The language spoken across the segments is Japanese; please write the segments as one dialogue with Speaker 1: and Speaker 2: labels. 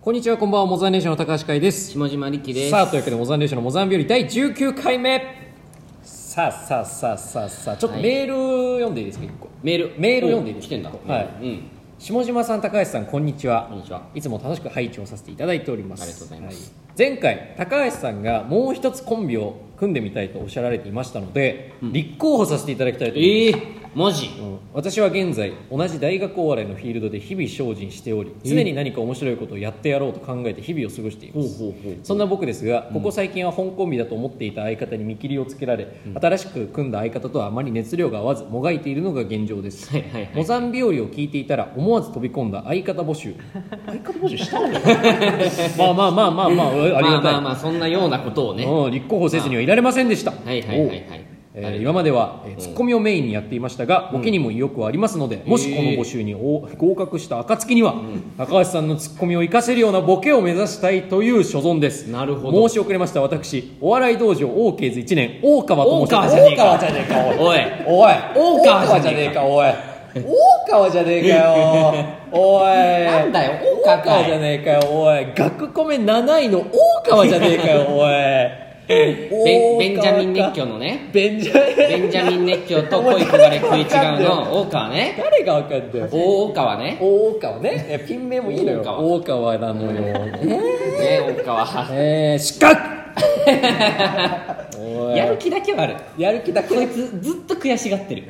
Speaker 1: こんにちは、こんばんは、モザンレーションの高橋海です。
Speaker 2: 下島力です
Speaker 1: さあ、というわけで、モザンレーションのモザン日和第19回目。さあ、さあ、さあ、さあ、さあ、ちょっと
Speaker 2: はい
Speaker 1: メール読んでいいですか、一個。
Speaker 2: メール
Speaker 1: メール読んでいいです
Speaker 2: 来
Speaker 1: か
Speaker 2: てんだ
Speaker 1: 一個はい
Speaker 2: うん
Speaker 1: 下島さん高橋さんこんにちは
Speaker 2: こんにちはい
Speaker 1: つも楽しく拝聴させていただいております
Speaker 2: ありがとうございます
Speaker 1: は前回高橋さんがもう一つコンビを組んでみたいとおっしゃられていましたので、立候補させていただきたいと思います
Speaker 2: ええマジ
Speaker 1: うん私は現在同じ大学お笑いのフィールドで日々精進しており常に何か面白いことをやってやろうと考えて日々を過ごしています
Speaker 2: ほうほうほう
Speaker 1: そんな僕ですがここ最近は本コンビだと思っていた相方に見切りをつけられ、新しく組んだ相方とはあまり熱量が合わずもがいているのが現状です、
Speaker 2: はいはいはい
Speaker 1: モザン日和を聞いていたら思わず飛び込んだ相方募集相方募集したの まあまあまあまあまあありがたい、
Speaker 2: まあまあまあそんなようなことをねは
Speaker 1: うん立候補せずにはいられませんでした、
Speaker 2: いはいはいはい
Speaker 1: えー今までは、えーツッコミをメインにやっていましたが、ボケにも意欲はありますのでもしこの募集にお合格した暁には、高橋さんのツッコミを生かせるようなボケを目指したいという所存です
Speaker 2: なるほど
Speaker 1: 申し遅れました私お笑い道場 OK ズ1年大川と申
Speaker 2: 大
Speaker 1: しま
Speaker 2: 川
Speaker 1: す
Speaker 2: じゃねえか
Speaker 3: 大川じゃねえかお
Speaker 2: おい
Speaker 3: いおい
Speaker 2: 大川じゃねえ
Speaker 3: 大川じゃねえかおい大川じゃねえかよおい
Speaker 2: なんだよ大
Speaker 3: 大
Speaker 2: 川
Speaker 3: 川
Speaker 2: かい
Speaker 3: じゃねえかよおい学コメ7位の大川じゃねえかよ おい
Speaker 2: ベンベ
Speaker 3: 大
Speaker 2: ン
Speaker 3: 川か
Speaker 2: ジャミン熱狂のね
Speaker 3: ベンジャミン
Speaker 2: ベンジャミン熱狂と恋焦がれ食い違う の大川ね
Speaker 3: 誰がわかんだよ
Speaker 2: 大川ね
Speaker 3: 大川ねいやピン名もいいのよ
Speaker 2: 大川
Speaker 3: 大川なのよ
Speaker 2: ね大川
Speaker 3: えー失格おい
Speaker 2: やる気だけはある
Speaker 3: やる気だけ
Speaker 2: こいつずっと悔しがって る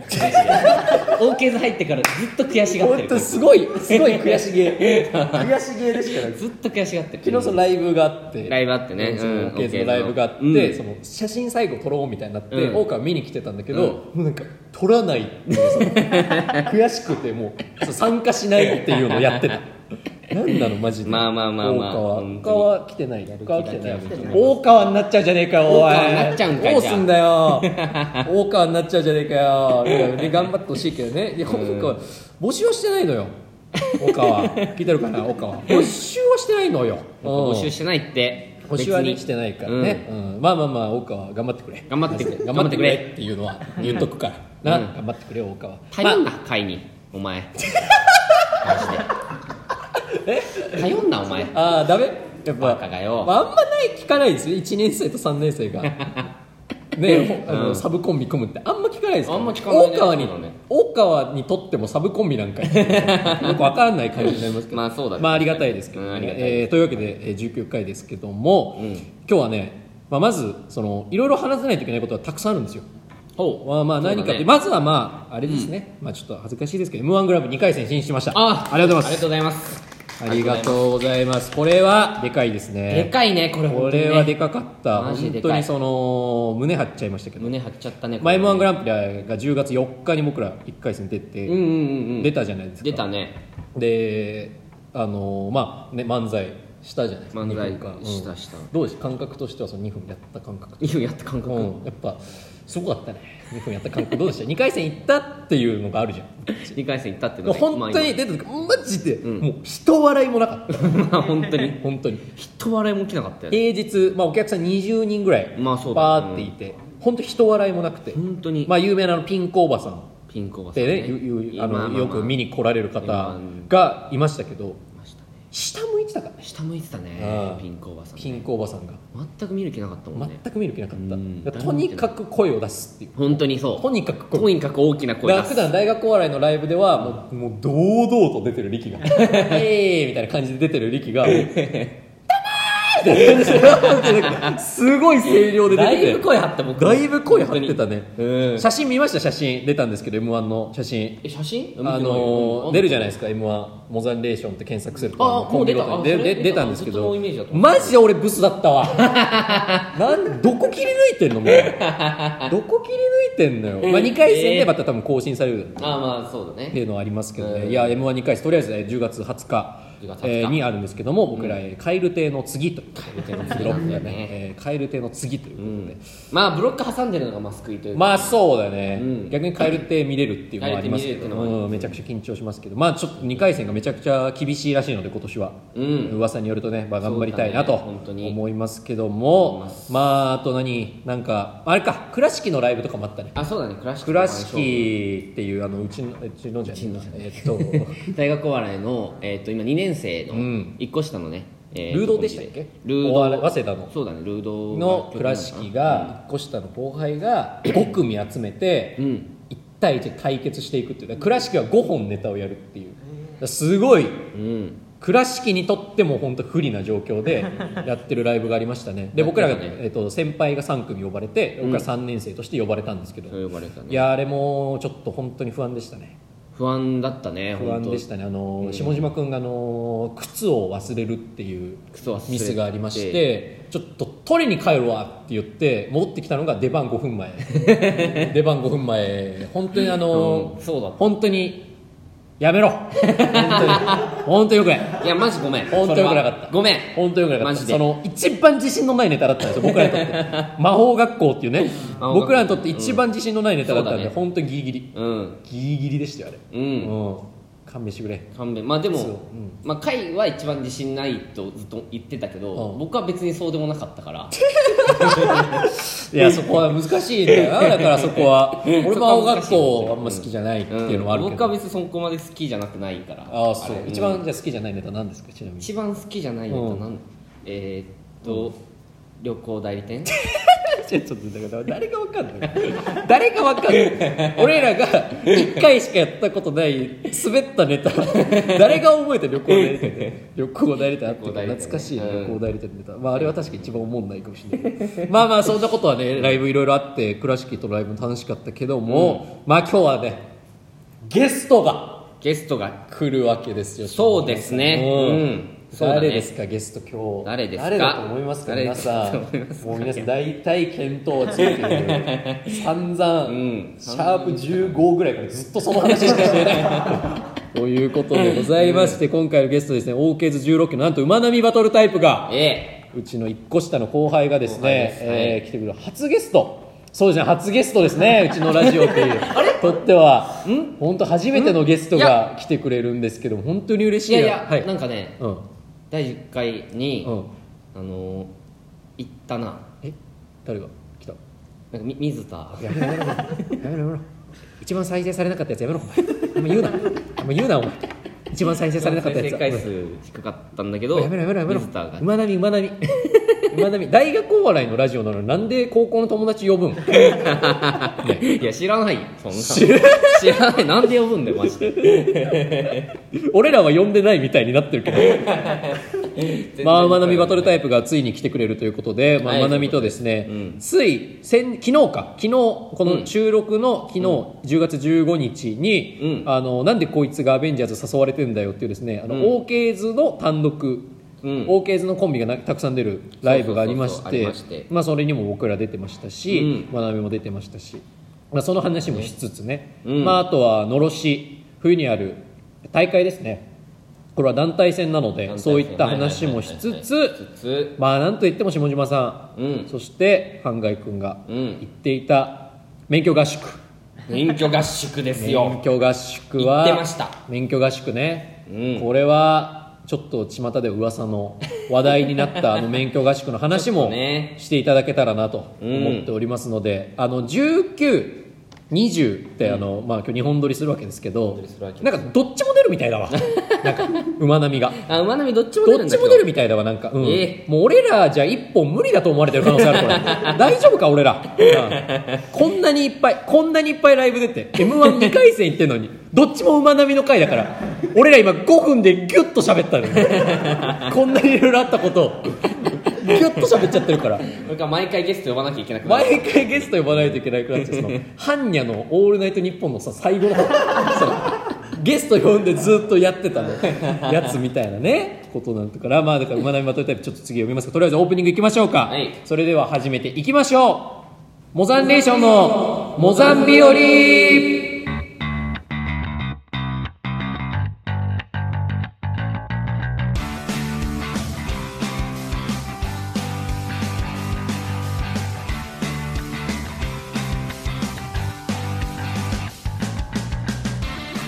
Speaker 2: オーケーズ入ってからずっと悔しがって
Speaker 3: 本
Speaker 2: る
Speaker 3: 当すごいすごい悔しげ 悔しげでしかない
Speaker 2: ずっと悔しがってる
Speaker 3: 昨日そのライブがあって
Speaker 2: ライブあってね
Speaker 3: そ
Speaker 2: うん
Speaker 3: のオーケーズのライブがあって、
Speaker 2: うん
Speaker 3: その写真最後撮ろうみたいになって、
Speaker 2: うん
Speaker 3: オーカー見に来てたんだけど、もうなんか撮らないっていう その悔しくてもうそう参加しないっていうのをやってたなんなのマジで
Speaker 2: まあまあまあまあ本当に
Speaker 3: 大川大川来てない大川来てない
Speaker 2: 来てない
Speaker 3: 大川になっちゃうじゃねえかよおい
Speaker 2: 大川になっちゃうんかい
Speaker 3: どう
Speaker 2: じゃあ
Speaker 3: すんだよ大川になっちゃうじゃねえかよいやで頑張ってほしいけどねいや大川募集はしてないのよ大川聞いてるかな大川募集はしてないのよ
Speaker 2: 募
Speaker 3: うん
Speaker 2: 集してないって
Speaker 3: 星は
Speaker 2: 別
Speaker 3: ね
Speaker 2: に
Speaker 3: 来てないからね、うんまあまあまあ大川頑張ってくれ
Speaker 2: 頑張ってくれ
Speaker 3: 頑張ってく
Speaker 2: 頑張ってく
Speaker 3: れっていうのは言っとくから、
Speaker 2: うん
Speaker 3: な頑張ってくれ大川
Speaker 2: 頼んな会にお前マジで頼んなお前
Speaker 3: ああーダメやっぱ
Speaker 2: バカがよ
Speaker 3: まあ、あんまない聞かないですよ1年生と3年生 がねあの、サブコンビ組むってあんま聞かないですから
Speaker 2: あんま聞かないね
Speaker 3: 大川に、
Speaker 2: そうだね
Speaker 3: 大川にとってもサブコンビな んかよくわかんない感じになりますけど
Speaker 2: まあそうだね
Speaker 1: まあありがたいですけどね、
Speaker 2: うんありがたい
Speaker 1: えーというわけで、えー19回ですけども、
Speaker 2: うん
Speaker 1: 今日はね、まあ、まずそのいろいろ話さないといけないことはたくさんあるんですよまあまあ
Speaker 2: そうだね
Speaker 1: 何かって、まずはまああれですね、まあちょっと恥ずかしいですけど m 1グラブ2回戦進出しました
Speaker 2: あ
Speaker 1: ありがとうご
Speaker 2: あ
Speaker 1: ざい
Speaker 2: りがとうございます
Speaker 1: ますありがとうございますこれはでかいです
Speaker 2: で
Speaker 1: ね
Speaker 2: かいねこれ
Speaker 1: こ
Speaker 2: 本当にね
Speaker 1: れはでかかった
Speaker 2: マジで
Speaker 1: 本
Speaker 2: かい
Speaker 1: 当にその胸張っちゃいましたけど
Speaker 2: 胸張っちゃったねこ
Speaker 1: まあ
Speaker 2: れ
Speaker 1: m 1グランプリが10月4日に僕ら1回戦出て、
Speaker 2: うんうんうんうん
Speaker 1: 出たじゃないですか
Speaker 2: 出たね
Speaker 1: であのまあね漫才したじゃないですか
Speaker 2: 漫才
Speaker 1: 2分間
Speaker 2: したした
Speaker 1: どうです感覚としてはその2分やった感覚
Speaker 2: いややった感覚
Speaker 1: うん、やっぱすごかったね2分やった感覚どうでした2回戦行ったっていうのがあるじゃん
Speaker 2: 2回戦行ったっていう
Speaker 1: も
Speaker 2: の
Speaker 1: う
Speaker 2: が
Speaker 1: 本当に出た時マジで、もう人笑いもなかった
Speaker 2: まあ今まあ本当に
Speaker 1: 本当に
Speaker 2: 人笑いも起きなかったよね
Speaker 1: 平日、まあ、お客さん20人ぐらい
Speaker 2: まあそうだ
Speaker 1: バーっていて、本当人笑いもなくて、
Speaker 2: 本当に
Speaker 1: まあ、有名なあのピンクおばさん
Speaker 2: ピンクおば
Speaker 1: っ
Speaker 2: さん
Speaker 1: てねゆゆあ
Speaker 2: まあまあま
Speaker 1: の
Speaker 2: あ
Speaker 1: よく見に来られる方がいましたけど
Speaker 2: いましたね
Speaker 1: 下向いてたからね
Speaker 2: 下向いてた
Speaker 1: う
Speaker 2: ね
Speaker 1: ん
Speaker 2: ピンクおばさん
Speaker 1: ピンクおばさんが
Speaker 2: 全く見る気なかったもんね
Speaker 1: 全く見る気なかった、
Speaker 2: うん
Speaker 1: だからとにかく声を出すっていう
Speaker 2: 本当にそう
Speaker 1: とにかく声
Speaker 2: とにかく大きな
Speaker 1: だ
Speaker 2: 声出
Speaker 1: から
Speaker 2: す
Speaker 1: 普段大学お笑いのライブではもうもう堂々と出てる力が 「えー!」みたいな感じで出てる力がもう「ダメー!」って感じですごい声量で出
Speaker 2: だ
Speaker 1: てて
Speaker 2: いぶ声張った僕
Speaker 1: だいぶ声張ってたね、
Speaker 2: うん
Speaker 1: 写真見ました写真出たんですけど m 1の写真
Speaker 2: え写真
Speaker 1: あのー出るじゃないですか m 1モザンレーションって検索すると
Speaker 2: あ
Speaker 1: コンビごと
Speaker 2: もう
Speaker 1: にで
Speaker 2: 出たあそれ
Speaker 1: で出たんですけ
Speaker 2: そ
Speaker 1: ど
Speaker 2: のイメージだと思
Speaker 1: マジで俺ブスだった わなんどこ切り抜いてんのもうどこ切り抜いてんのよ、まあ、2回戦でまた多分更新される
Speaker 2: あーまあそうだ
Speaker 1: って
Speaker 2: ね
Speaker 1: いうのはありますけどね、
Speaker 2: うん
Speaker 1: いや m 1 2回戦とりあえずね10月20日
Speaker 2: 10月20日
Speaker 1: えーにあるんですけども僕ら、えーカエル亭の次と
Speaker 2: ル亭の次
Speaker 1: ブロックが
Speaker 2: なんだよね
Speaker 1: ね、えーカエル亭の次ということで、
Speaker 2: まあブロック挟んでるのがマスクイというか
Speaker 1: まあそうだね、
Speaker 2: うん
Speaker 1: 逆に蛙って見れるっていうのはありますけ
Speaker 2: 蛙って
Speaker 1: ど、
Speaker 2: 見れるっていうのは
Speaker 1: うんめちゃくちゃ緊張しますけどまあちょっと2回戦がめちゃくちゃ厳しいらしいので今年は、
Speaker 2: うん
Speaker 1: 噂によるとね、まあ、頑張りたいなと
Speaker 2: そうだね本当に
Speaker 1: 思いますけども、まああと何なんかあれか倉敷のライブとかもあったね
Speaker 2: あそうだね倉敷
Speaker 1: 倉 敷っていうあのうちのうちのじゃねえなえっと
Speaker 2: 大学お笑いの、えっと今2年年生の
Speaker 1: うん
Speaker 2: 一個下のね、え
Speaker 1: ルードでしたっけ
Speaker 2: ルー
Speaker 1: お
Speaker 2: ド
Speaker 1: 笑い早稲田の
Speaker 2: そうだねルード
Speaker 1: の倉敷が1個下の後輩が5組集めて
Speaker 2: うん
Speaker 1: 1対1で対決していくっていうだから倉敷は5本ネタをやるっていうだからすごい
Speaker 2: うん
Speaker 1: 倉敷にとっても本当不利な状況 でやってるライブがありましたねで僕らが、
Speaker 2: やってたね
Speaker 1: えっと先輩が3組呼ばれて僕
Speaker 2: ん
Speaker 1: ら3年生として呼ばれたんですけど、
Speaker 2: そう呼ばれた
Speaker 1: い
Speaker 2: ね
Speaker 1: やあれもちょっと本当に不安でしたね
Speaker 2: 不安だったね
Speaker 1: 不安でしたたねあの、下島君があの靴を忘れるっていう
Speaker 2: 靴忘れて
Speaker 1: ミスがありましてちょっと取りに帰るわって言って戻ってきたのが出番5分 前出番5分前本当にあの、
Speaker 2: うんそうだった
Speaker 1: 本当にやめろ本当に本当よくない
Speaker 2: いやマジごめん
Speaker 1: 本当
Speaker 2: それは
Speaker 1: 良くなかった
Speaker 2: ごめん
Speaker 1: 本当よくなかっ
Speaker 2: マ
Speaker 1: た
Speaker 2: ジで
Speaker 1: その一番自信のないネタだったんですよ僕らにと って魔法学校っていうね
Speaker 2: 魔法学校
Speaker 1: 僕らにとって一番自信のないネタだったんで、
Speaker 2: うんそうだね
Speaker 1: 本当にギリギリ
Speaker 2: うん
Speaker 1: ギリギリでしたよあれ
Speaker 2: う
Speaker 1: うん勘弁してくれ
Speaker 2: 勘弁まあでも、
Speaker 1: そううん
Speaker 2: まあ回は一番自信ないとずっと言ってたけど、
Speaker 1: うん
Speaker 2: 僕は別にそうでもなかったから
Speaker 1: いやそこは難しいんだよな だからそこは俺も青学校あんま好きじゃないっていうのはある
Speaker 2: うん
Speaker 1: け
Speaker 2: 僕
Speaker 1: ど、
Speaker 2: は別にそこまで好きじゃなくないから
Speaker 1: ああそう
Speaker 2: れ
Speaker 1: 一番じゃあ好きじゃないネタなんですかちなみに
Speaker 2: 一番好きじゃないのとなん、えー、っと、旅行代理店
Speaker 1: ちょっとだから誰がわかんない誰がわかんない俺らが1回しかやったことない滑ったネタ誰が覚えて旅行代理店で旅行代理店あったから懐かしいね
Speaker 2: うん
Speaker 1: 旅行代理店のネタ、まあ、あれは確か一番おもんないかもしれないけどまあまあそんなことはねライブいろいろあって倉敷とのライブも楽しかったけども、まあ今日はねゲストが
Speaker 2: ゲストが
Speaker 1: 来るわけですよ
Speaker 2: そうですね
Speaker 1: うん
Speaker 2: うんそうだね
Speaker 1: 誰ですかゲスト今日
Speaker 2: 誰ですか
Speaker 1: だと思いますか
Speaker 2: 誰
Speaker 1: 皆さん
Speaker 2: だと思いますか
Speaker 1: もう皆さん大体見当はつ いてる散々、
Speaker 2: ん
Speaker 1: シャープ15ぐらいからずっとその話しかしてないということでございまして今回のゲストですね OK16 期のなんと馬並みバトルタイプが
Speaker 2: え
Speaker 1: うちの1個下の後輩がです
Speaker 2: 後輩で
Speaker 1: ね
Speaker 2: す
Speaker 1: えー来てくる初ゲストそうですね初ゲストですね うちのラジオというとっては本当初めてのゲストが来てくれるんですけど本当に嬉し
Speaker 2: え
Speaker 1: い
Speaker 2: いやいや、
Speaker 1: はい
Speaker 2: なんかね
Speaker 1: うん
Speaker 2: 第10回に、
Speaker 1: うん
Speaker 2: あのー行ったな
Speaker 1: え誰が来た
Speaker 2: なんかみ水田
Speaker 1: やめろやめろやめろやめろ一番再生されなかったやつやめろお前あんま言うなあんま言うなお前一番再生されなかったやつ
Speaker 2: 再生回数低かったんだけど
Speaker 1: やめろやめろやめろ
Speaker 2: 水田が
Speaker 1: 馬並み馬並み馬並み大学お笑いのラジオなのになんで高校の友達呼ぶん
Speaker 2: いや知らないよそんな知らないなんで呼ぶんだよマジで
Speaker 1: 俺らは呼んでないみたいになってるけどまあ馬並みバトルタ
Speaker 2: イ
Speaker 1: イプがついに来てくれるということで、まあ、
Speaker 2: はい
Speaker 1: 馬並みとですね、
Speaker 2: うん
Speaker 1: つい先昨日か昨日こ
Speaker 2: う
Speaker 1: の
Speaker 2: ん
Speaker 1: 収録の昨日、10月15日に、
Speaker 2: うん
Speaker 1: あのなんでこいつがアベンジャーズ誘われてんだよっていうですねあの、
Speaker 2: うん
Speaker 1: OK 図の単独
Speaker 2: うん
Speaker 1: OK 図のコンビがなたくさん出るライブがありまし
Speaker 2: そうそうそうそうあり
Speaker 1: て
Speaker 2: まして
Speaker 1: まあそれにも僕ら出てましたし、まなみも出てましたし、まあ、その話もしつつね、
Speaker 2: うん
Speaker 1: まあ、あとはのろし冬にある大会ですねこれは団体戦なので
Speaker 2: プ
Speaker 1: そういった話もしつつ
Speaker 2: つつ
Speaker 1: まあなんといっても下島さん、
Speaker 2: うん
Speaker 1: そして半谷君が
Speaker 2: う
Speaker 1: 言
Speaker 2: ん
Speaker 1: っていた免許合宿
Speaker 2: 免許合宿です
Speaker 1: 免
Speaker 2: よ
Speaker 1: 許合宿は
Speaker 2: 言ってました
Speaker 1: 免許合宿ね、
Speaker 2: うん
Speaker 1: これはちょっと巷では噂の話題になったあの免許合宿の話
Speaker 2: ちょ
Speaker 1: も
Speaker 2: っとね
Speaker 1: していただけたらなと
Speaker 2: うん
Speaker 1: 思っておりますので、あの19 20ってあの、まあ今日2本撮りするわけですけど
Speaker 2: りするわけ
Speaker 1: なんかどっちも出るみたいだわなんか馬並みが
Speaker 2: あ馬並みどっちも出
Speaker 1: ど
Speaker 2: る
Speaker 1: っ
Speaker 2: んだ
Speaker 1: ち
Speaker 2: けど
Speaker 1: も出るみたいだわなんか、うん
Speaker 2: え
Speaker 1: もう俺らじゃ一本無理だと思われてる可能性あるこれ 大丈夫か俺ら、うんこんなにいっぱいこんなにいっぱいライブ出て m 1 2回戦行ってんのにどっちも馬並みの回だから俺ら今5分でギュッと喋ったの にこんなにいろいろあったことをギュッと喋っちゃってるから
Speaker 2: これから毎回ゲスト呼ばなきゃいけなくなる
Speaker 1: 毎回ゲスト呼ばないといけなくなっちゃう その般若の「オールナイトニッポン」のさ最後の方そのゲスト呼んでずっとや ってたのやつみたいなねことなんだからまあだから馬並みまといタイプちょっと次読みますがとりあえずオープニングいきましょうか、
Speaker 2: はい
Speaker 1: それでは始めていきましょうモザンレーションのモザンビオリ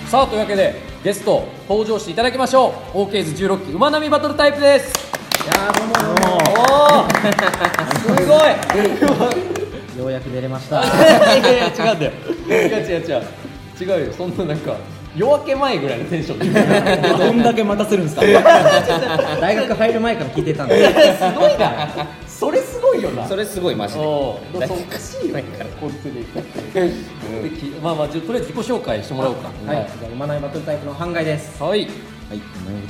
Speaker 1: さあというわけでゲスト登場していただきましょう OKs16 期馬並みバトルタイプです
Speaker 4: いやーどうもどうも
Speaker 1: おーすごい
Speaker 4: ようやく出れました
Speaker 1: いやいや違うんだよ違う違う違う違うよそんななんか夜明け前ぐらいのテンションで言う
Speaker 5: どんだけ待たせるんですか大学入る前から聞いてたんで
Speaker 1: すごいなそれすごいよな
Speaker 2: それすごいマジで
Speaker 1: おうだからおかしいよね本当に、できまあまあじゃあとりあえず自己紹介してもらおうか
Speaker 5: はい、じゃあ産まないバトルタイプの半外です
Speaker 1: はい
Speaker 6: はい、マイ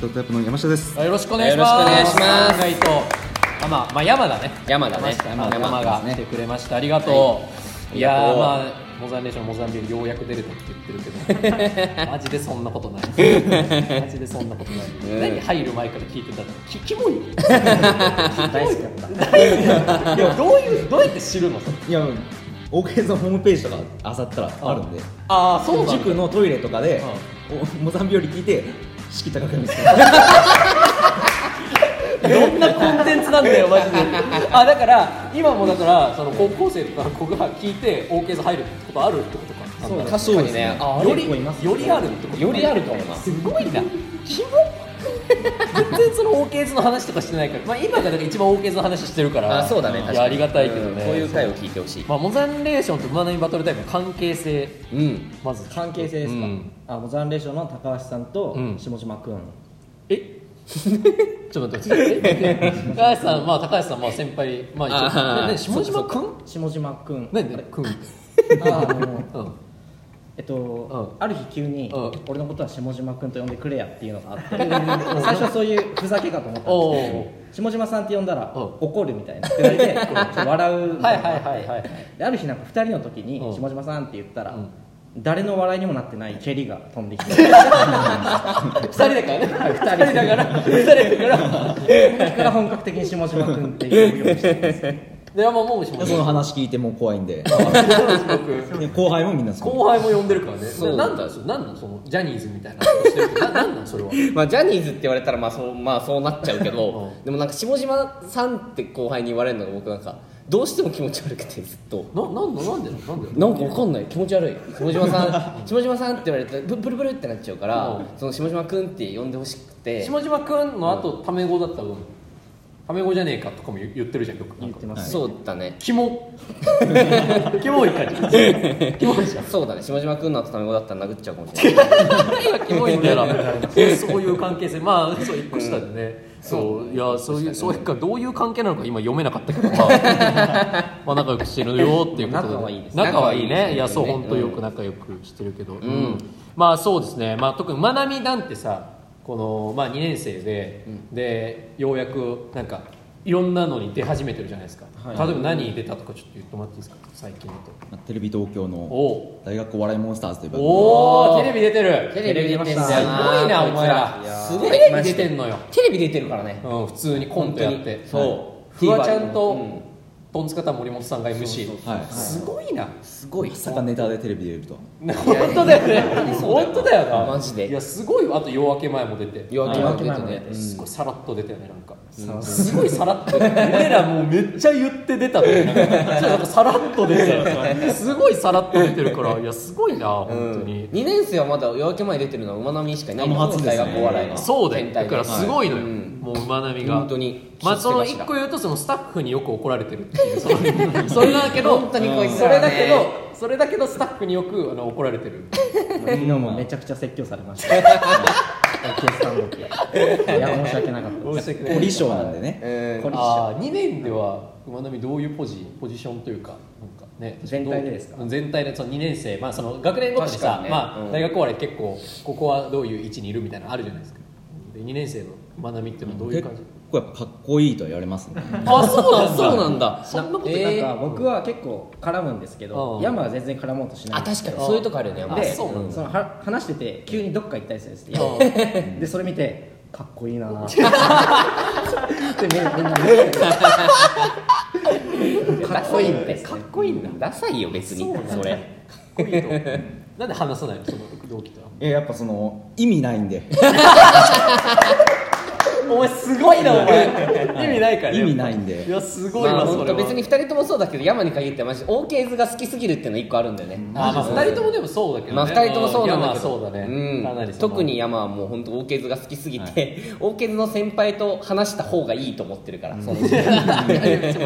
Speaker 6: ルドタイプの山下です。
Speaker 1: よろしくお願いします
Speaker 2: よろしくお願いします
Speaker 1: 意外とあまあ、まあ、山だね
Speaker 2: 山だね
Speaker 1: 山
Speaker 2: 山
Speaker 1: 山が来てくれましたありがとう、い、やーまあモザンレーションモザンビールようやく出れたって言ってるけ どマジでそんなことないマジでそんなことない、何入る前から聞いてたのきキ モい
Speaker 5: 大好きだった
Speaker 1: いやどういうどうやって知るのそれ
Speaker 6: いや、オーケーさんホームページとか漁ったらあるんで、
Speaker 1: ああそうなんだ
Speaker 6: 塾のトイレとかで、おモザンビオリ聞いて、敷高く見つけた。
Speaker 1: どんなコンテンツなんだよマジであだから今もだからその高校生とか子が聞いて OK ズ入るってことあるってことか
Speaker 2: そうだね
Speaker 6: そうですね
Speaker 2: 確かに
Speaker 1: あよりよりあるってこと
Speaker 2: よりあると思います
Speaker 1: ごいなキモ 全然その OK ズの話とかしてないから、まあ、今がだから一番 OK ズの話してるから
Speaker 2: あそうだね
Speaker 1: い
Speaker 2: 確か
Speaker 1: や
Speaker 2: に
Speaker 1: ありがたいけど
Speaker 2: うん
Speaker 1: ね、
Speaker 2: そういう回を聞いてほしい
Speaker 1: まあ、モザンレーションとマナミバトルタイプの関係性
Speaker 2: うん
Speaker 1: まず
Speaker 5: 関係性ですか、
Speaker 1: うん
Speaker 5: あもう残礼賞の高橋さんと
Speaker 1: うん
Speaker 5: 下島君、
Speaker 1: え ちょっと待ってえ 高橋さんまあ高橋さんまあ先輩まあ一
Speaker 2: あ
Speaker 1: 応
Speaker 2: ー
Speaker 1: ねね下島君
Speaker 5: 下島君
Speaker 1: なんでくん
Speaker 5: ああの
Speaker 1: うん
Speaker 5: えっと、ある日急に、
Speaker 1: うん
Speaker 5: 俺のことは下島君と呼んでくれやっていうのがあって最初はそういうふざけかと思ったん
Speaker 1: お
Speaker 5: ですけど
Speaker 1: お
Speaker 5: 下島さんって呼んだら
Speaker 1: うん
Speaker 5: 怒るみたいなって言われてちょっと笑うみたいなのが
Speaker 1: はいはいは
Speaker 5: あ
Speaker 1: い
Speaker 5: っ
Speaker 1: は
Speaker 5: て
Speaker 1: い
Speaker 5: である日なんか2人の時に
Speaker 1: うん
Speaker 5: 下島さんって言ったら
Speaker 1: うん
Speaker 5: 誰の笑いにもなってない蹴りが飛んできて
Speaker 1: 二人だからね 二人だから二人だから
Speaker 5: そこから本格的に下島君って呼 ぶようにしてます
Speaker 1: でももう下
Speaker 6: その
Speaker 1: 島
Speaker 6: 話聞いてもう怖いん で、
Speaker 1: 君
Speaker 6: で後輩もみんなそう。
Speaker 1: 後輩も呼んでるからね
Speaker 2: そう
Speaker 1: なんだそれなんなんそのジャニーズみたいなことしてるけどななんなんそれは
Speaker 2: まあ、ジャニーズって言われたらまあそう,、まあ、そうなっちゃうけど、
Speaker 1: う
Speaker 2: でもなんか下島さんって後輩に言われるのが僕なんかどうしても気持ち悪くてずっと
Speaker 1: ななんだなんでなんでなんで
Speaker 2: なんかわかんない気持ち悪い下島 さん下島さんって言われたらブブルブルってなっちゃうから、
Speaker 1: うん
Speaker 2: その下島くんって呼んでほしくて
Speaker 1: 下島君の後タメ語だった分タメ語じゃねえかとかも言言ってるじゃんよくなん
Speaker 5: 言っ
Speaker 1: か
Speaker 5: てます
Speaker 2: そうだね
Speaker 1: キモキモい感じキモいじゃん
Speaker 2: そうだね下島くんの後タメ語だったら殴っちゃうかもしれない
Speaker 1: キモいんだよなそういう関係性まあそう一個下でねそういやそういうそういうかどういう関係なのか今読めなかったけ どまあまあ仲良くしてるよっていうことで
Speaker 2: 仲はいいです
Speaker 1: 仲はいい
Speaker 2: 仲はいいです
Speaker 1: ね
Speaker 2: ね
Speaker 1: いやそう本当よく仲良くしてるけどうんまあそうですねまあ特にまなみなんてさこのまあ2年生ででようやくなんかいろんなのに出始めてるじゃないですか
Speaker 5: はい
Speaker 1: 例えば何に出たとかちょっと言ってもらっていいですか最近だと
Speaker 6: テレビ東京
Speaker 1: お
Speaker 6: の
Speaker 1: お
Speaker 6: 大学お笑いモンスターズという番組
Speaker 1: おお テレビ出てる
Speaker 2: テレビ出てんだよ
Speaker 1: すごいなお前らすごいテレビ出てんのよ、
Speaker 2: テレビ出てるからね
Speaker 1: うん、普通にコントやって
Speaker 2: そう
Speaker 1: はいフワちゃんと、
Speaker 2: うん
Speaker 1: トンツカタン森本さんが MC
Speaker 6: はい
Speaker 1: すごいな
Speaker 6: すごい。まさかネタでテレビ出るとは。
Speaker 1: 本当だよね本当だよな
Speaker 2: マジで
Speaker 1: いやすごいわあと夜明け前も出て
Speaker 2: 夜明け
Speaker 5: 明
Speaker 2: 前
Speaker 5: け
Speaker 2: 出
Speaker 5: 前
Speaker 2: て
Speaker 5: も出
Speaker 2: ね
Speaker 5: て
Speaker 1: すごいさらっと出たよねなんか、すごいさらっと出た俺らもうめっちゃ言って出た のになんかじゃあなんかさらっと出てすごいさらっと出てるからいやすごいな本当に、
Speaker 2: 2年生はまだ夜明け前出てるのは馬並しかいないんだ
Speaker 6: あもう初ですね
Speaker 2: 大学お笑いの
Speaker 1: そうだよ
Speaker 2: 全体
Speaker 1: だ
Speaker 2: で
Speaker 1: からすごいのよ、
Speaker 2: うん
Speaker 1: もう馬並が
Speaker 2: 本当に
Speaker 1: まあその
Speaker 2: 出世
Speaker 1: 一
Speaker 2: 頭
Speaker 1: 個言うとそのスタッフによく怒られてるっていうそのそれだけど
Speaker 2: 本当にこいつ
Speaker 1: それ
Speaker 2: らね
Speaker 1: だけどそれだけどスタッフによくあの怒られてる
Speaker 5: 昨日もめちゃくちゃ説教されましたケース単独いや申し訳なかったです
Speaker 6: オリショーなんでね。
Speaker 2: うん
Speaker 1: ああ2年では馬並どういうポジポジションというかなんかね
Speaker 5: 全体でですか
Speaker 1: どう全体でその2年生まあその学年ごとに
Speaker 2: 確か
Speaker 1: さ
Speaker 2: にね
Speaker 1: まあ
Speaker 2: うん
Speaker 1: 大学お笑い結構ここはどういう位置にいるみたいなのあるじゃないですかで2年生の馬並っていうのはどういう
Speaker 6: 結
Speaker 1: 感じ
Speaker 6: 構やっぱかっこいいとは言われますね。
Speaker 1: あそうなんだ
Speaker 2: そうなんだ
Speaker 1: そんなこと
Speaker 2: えー
Speaker 5: なんか僕は結構絡むんですけ
Speaker 1: う
Speaker 5: ど
Speaker 1: ん
Speaker 5: 山は全然絡もうとしない
Speaker 2: あ
Speaker 5: んです
Speaker 2: 確かにそういうとこあるよねやっぱ
Speaker 5: で
Speaker 1: あそうなん
Speaker 5: そのは話してて急にどっか行ったりするんですよ
Speaker 1: うん
Speaker 5: でそれ見てかっこいいなぁってみんなみんな見てかっこいいみたいです
Speaker 2: かっ
Speaker 5: ね
Speaker 2: こいいんだダサいよ別にそれ
Speaker 1: かっこいいと思うなんで話さないのその同期とは
Speaker 6: えやっぱその意味ないんで。
Speaker 1: お前すごいなお前意味ないからね
Speaker 6: 意味ないんで
Speaker 1: いやすごい
Speaker 2: ま
Speaker 1: わ
Speaker 2: あ
Speaker 1: そ
Speaker 2: 本
Speaker 1: れ
Speaker 2: 当
Speaker 1: は
Speaker 2: 別に2人ともそうだけど山に限ってはマジオーケーズが好きすぎるっていうの1個あるんだよね
Speaker 1: あまあ2人ともでもそうだけどね
Speaker 2: まあ2人ともそうなん
Speaker 1: いや
Speaker 2: だ
Speaker 1: まあ
Speaker 2: けど
Speaker 1: そうだね
Speaker 2: うん
Speaker 1: かなりその
Speaker 2: 特に山はもう本当オーケーズが好きすぎてオーケーズの先輩と話した方がいいと思ってるからその
Speaker 1: そ の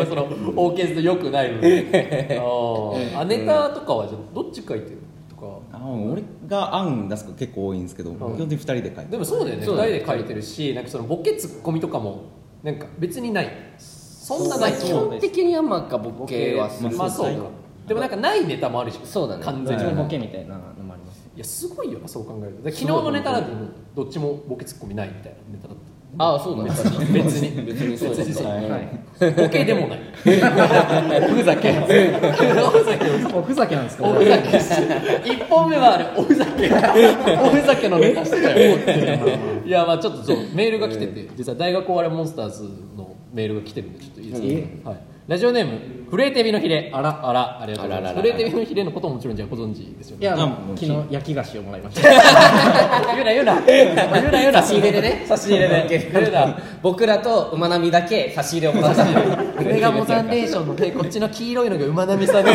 Speaker 1: その オーケーズと良くないのであーあネタとかはじゃあどっち書いてるとか
Speaker 6: あ俺が案出すこと結構多いんですけど、基本的に二人で書いて
Speaker 1: でもそうだよね
Speaker 2: そ
Speaker 1: 2
Speaker 2: うだ
Speaker 1: 人
Speaker 2: ね
Speaker 1: で書いてるしなんかそのボケツッコミとかもなんか別にないそんなない
Speaker 2: 基本的にはまあボケはする
Speaker 1: まあそうかでもなんかないネタもあるじゃん
Speaker 2: そうだね
Speaker 1: 完
Speaker 5: ど
Speaker 1: 全
Speaker 5: っち
Speaker 1: に、
Speaker 5: も
Speaker 1: い、
Speaker 5: ボケみたいなのもあります
Speaker 1: やすごいよなそう考えるとだから昨日のネタなんてどっちもボケツッコミないみたいなネタだっ
Speaker 2: ああそうだね確かに
Speaker 1: 別に
Speaker 2: 別にそうだ
Speaker 1: 別にそう
Speaker 2: ね
Speaker 1: たボケでも ないおふざけおふざけ
Speaker 5: おふざけなんですか
Speaker 1: おふざけして1本目はあれおふざけおふざけのネタしてたよいやまあちょっとそうメールが来てて実は大学お笑いモンスターズのメールが来てるんでちょっといいですか、はい、ラジオネーム震えてみのヒレあらあらありがとうございます
Speaker 2: あららら
Speaker 1: 震えてみのヒレのことももちろんじゃあご存知ですよね
Speaker 5: いや
Speaker 6: あ
Speaker 5: 昨日焼き菓子をもらいました
Speaker 1: 言うな言うな言うな言うな
Speaker 2: 差し入れでね差し入れで
Speaker 1: 言うな
Speaker 2: 僕らと馬並だけ差し入れをもらった
Speaker 1: これがモザンレーションのでこっちの黄色いのが馬並さんで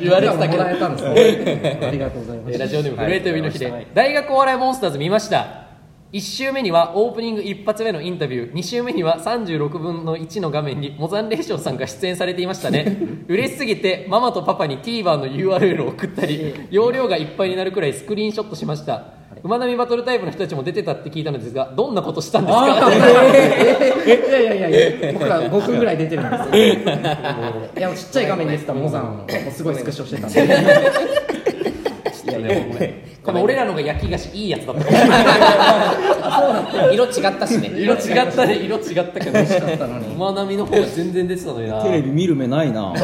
Speaker 1: 言われてたけど
Speaker 5: もらえたんですね。ありがとうございま
Speaker 1: えー
Speaker 5: す。
Speaker 1: ラジオネーム震えてみの日
Speaker 5: はい
Speaker 1: で大学お笑いモンスターズ見ました1週目にはオープニング一発目のインタビュー2週目には36分の1の画面にモザンレーションさんが出演されていました ね嬉しすぎてママとパパに TVer の URL を送ったり容量がいっぱいになるくらいスクリーンショットしました馬並バトルタイプの人たちも出てたって聞いたのですがどんなことしたんですか
Speaker 5: いやいやいやいや、僕ら5分ぐらい出てるんですよ。いや、ちっちゃい画面で出てたモザンをすごいスクショしてたんで。
Speaker 1: この俺らのが焼き菓子いいやつだった
Speaker 2: 色違ったしね
Speaker 1: 色違ったね色違ったけど
Speaker 5: しかったのに
Speaker 1: 馬並の方が全然出てたのにな
Speaker 6: テレビ見る目ないな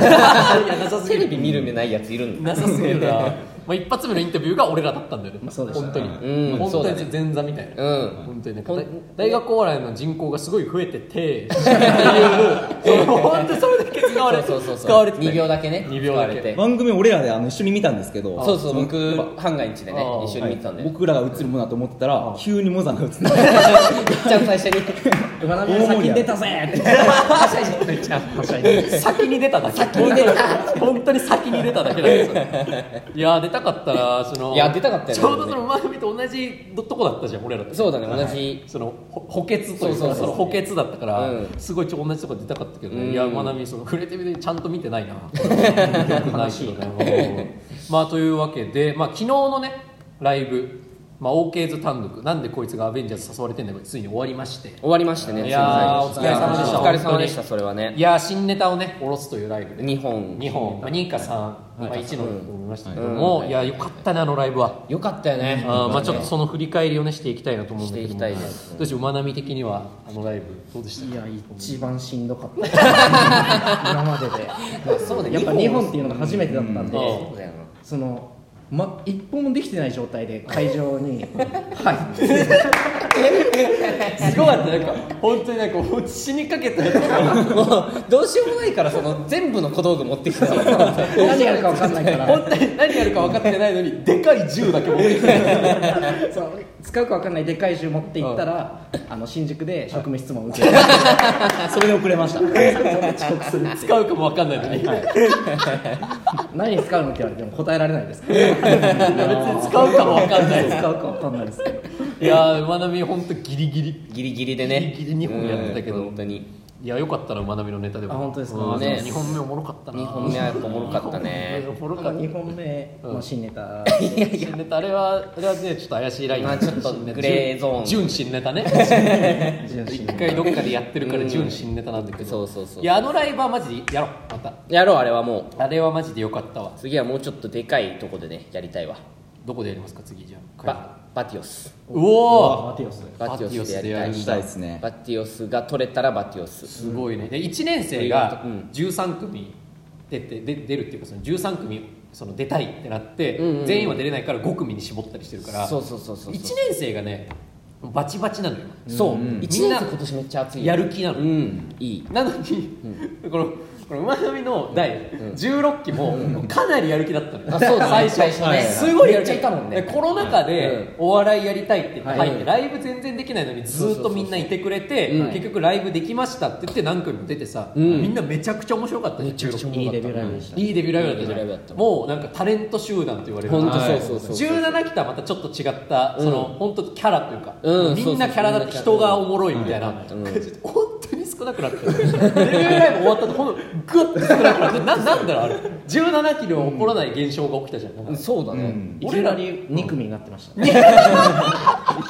Speaker 2: テレビ見る目ないやついるんだ
Speaker 1: なさすぎるな、まあ、一発目のインタビューが俺らだったんだよね、
Speaker 5: そうでした
Speaker 1: 本
Speaker 5: ね
Speaker 1: 当に、
Speaker 2: うん
Speaker 1: 本
Speaker 2: そう
Speaker 1: 当
Speaker 2: だ
Speaker 1: に前座みたいな、
Speaker 2: うん
Speaker 1: 本当にね大大学お笑いの人口がすごい増えててってい うその本当にそれだけ使われて
Speaker 2: そうそうそう
Speaker 1: 使われてたよ
Speaker 2: 2秒だけね
Speaker 1: 二秒だけ
Speaker 2: 使われて
Speaker 6: 番組俺らであの一緒に見たんですけど
Speaker 2: そうそう
Speaker 6: の
Speaker 2: 僕ハンガインチでね
Speaker 1: ああ
Speaker 2: 一緒に見てた んで
Speaker 6: 僕らが映るものだと思ってたら急にモザンが映ってた
Speaker 2: ちゃんと最初に
Speaker 5: 馬並み先に出たぜって。はしゃいで
Speaker 1: 先に出ただけ先に出た本当に先に出ただけなんですよいやー出たかったなその
Speaker 2: いや出たかったよね
Speaker 1: ちょうどその番組と同じとこだったじゃん俺らと
Speaker 2: そうだね同じ
Speaker 1: そのほ補欠という
Speaker 2: そうそうそう
Speaker 1: かその補欠だったから、
Speaker 2: うん
Speaker 1: すごいちょ同じとこ出たかったけどね、
Speaker 2: うん
Speaker 1: いやまなみその触れてみてちゃんと見て ないな悲しいねまあというわけで、まあ、昨日のねライブ、まあ、OK ズ単独なんでこいつがアベンジャーズ誘われてんだけどついに終わりまして
Speaker 2: 終わりましてね
Speaker 1: いやー
Speaker 2: すいません
Speaker 1: お疲れ様でした
Speaker 2: お疲れ様でした
Speaker 1: 本当に
Speaker 2: それはね
Speaker 1: いやー新ネタをね下ろすというライブで
Speaker 2: 2本
Speaker 1: 2本、まあ、2か3、まあ、1のと思いましたけども、いやよかったねあのライブは。
Speaker 2: よかったよね
Speaker 1: あーまあちょっとその振り返りをねしていきたいなと思うんだけども
Speaker 2: していきたいです
Speaker 1: どうでしょう馬並的にはあのライブどうでした
Speaker 5: いや、一番しんどかった。今までで。
Speaker 2: そうね
Speaker 5: やっぱ
Speaker 2: 二
Speaker 5: 日
Speaker 2: 本
Speaker 5: 本っていうのが初めてだったんで、
Speaker 2: そうだよな
Speaker 5: その、ま、一本もできてない状態で会場に入って。
Speaker 1: す ごかったなんか本当になんかもう死にかけた
Speaker 2: もうどうしようもないからその全部の小道具持ってきた
Speaker 5: 何やるかわかんないから
Speaker 1: 本当に何やるか分かってないのにでかい銃だけ持ってきて
Speaker 5: そう使うかわかんないでかい銃持って行ったら、あの新宿で職務質問を受け
Speaker 6: それで遅れました
Speaker 1: 使うかも分かんないのに、
Speaker 5: 何に使うのって言われても答えられないですけど
Speaker 1: 別に使うかも分かん ない
Speaker 5: 使うかわかんないですけど
Speaker 1: いやー馬並本当ギリギリ
Speaker 2: ギリギリでね
Speaker 1: ギリギリ2本やってたけど
Speaker 2: うん本当に
Speaker 1: いやよかったな馬並のネタでも
Speaker 5: あ本当ですか
Speaker 1: うん
Speaker 2: ね
Speaker 1: 2本目おもろかったな
Speaker 2: 2本目はやっぱおもろかった ね
Speaker 1: おもろかった
Speaker 5: 2本目の新ネタ
Speaker 1: 新ネタあれはあれはねちょっと怪しいライン
Speaker 2: まあちょっと
Speaker 1: 新ネタ
Speaker 2: グレーゾーン
Speaker 1: 純新ネタね
Speaker 5: 純
Speaker 1: 一
Speaker 5: 真
Speaker 1: 回どっかでやってるから
Speaker 2: うん
Speaker 1: 純新ネタなんだけど
Speaker 2: そうそうそう
Speaker 1: やあのライブはマジでやろうまた
Speaker 2: やろうあれはも
Speaker 1: あれはマジでよかったわ
Speaker 2: う次はもうちょっとでかいとこでねやりたいわ
Speaker 1: どこでやりますか次じゃあ
Speaker 2: ババティオス
Speaker 1: うおー
Speaker 5: バティオス
Speaker 2: バティオスでや
Speaker 1: バティオスでやり
Speaker 2: り
Speaker 6: したた
Speaker 2: い
Speaker 6: いですね
Speaker 2: バティオスが取れたらバティオス
Speaker 1: すごいねで1年生が13組出てで出るっていうかその13組その出たいってなって、
Speaker 2: うんうん
Speaker 1: 全員は出れないから5組に絞ったりしてるから
Speaker 2: そうそうそうそう
Speaker 1: 1年生がねバチバチなのよ
Speaker 2: そう1年
Speaker 1: みんな
Speaker 2: 生今年めっちゃ熱い
Speaker 1: やる気なの
Speaker 2: うんい い
Speaker 1: なのに、 このこの馬並の第16期もかなりやる気だったのよ、
Speaker 2: あそうだね
Speaker 1: 最初
Speaker 2: 最初ね
Speaker 1: すごいやる気
Speaker 2: めっちゃいたもんね
Speaker 1: でコロナ禍でお笑いやりたいって言って入って、
Speaker 2: はい
Speaker 1: ライブ全然できないのにずっとみんないてくれて、
Speaker 2: そうそうそう
Speaker 1: 結局ライブできましたって言って何組も出てさ、
Speaker 2: ん
Speaker 1: みんなめちゃくちゃ面白かったね16期
Speaker 5: いいデビューライブでした
Speaker 1: いいデビューライブだった
Speaker 2: いいデビューライブ
Speaker 1: じ
Speaker 2: だ
Speaker 1: ゃ
Speaker 2: った
Speaker 1: んもうなんかタレント集団と言われる
Speaker 2: 本
Speaker 1: は
Speaker 2: 当
Speaker 1: い
Speaker 2: そうそうそう
Speaker 1: 17期とはまたちょっと違った、その本当キャラというか、
Speaker 2: うん
Speaker 1: みんなキャラだって人がおもろいみたいな、
Speaker 2: うん
Speaker 1: 本当に
Speaker 3: に少なくなってるデビューライブ終わったとほんとグッと少なく なってななんだろうあれ17キロ起こらない現象が起きたじゃんなんか
Speaker 2: そうだね、
Speaker 5: い
Speaker 3: 俺
Speaker 5: き
Speaker 3: ら
Speaker 5: な
Speaker 3: に
Speaker 5: り2組になってました、い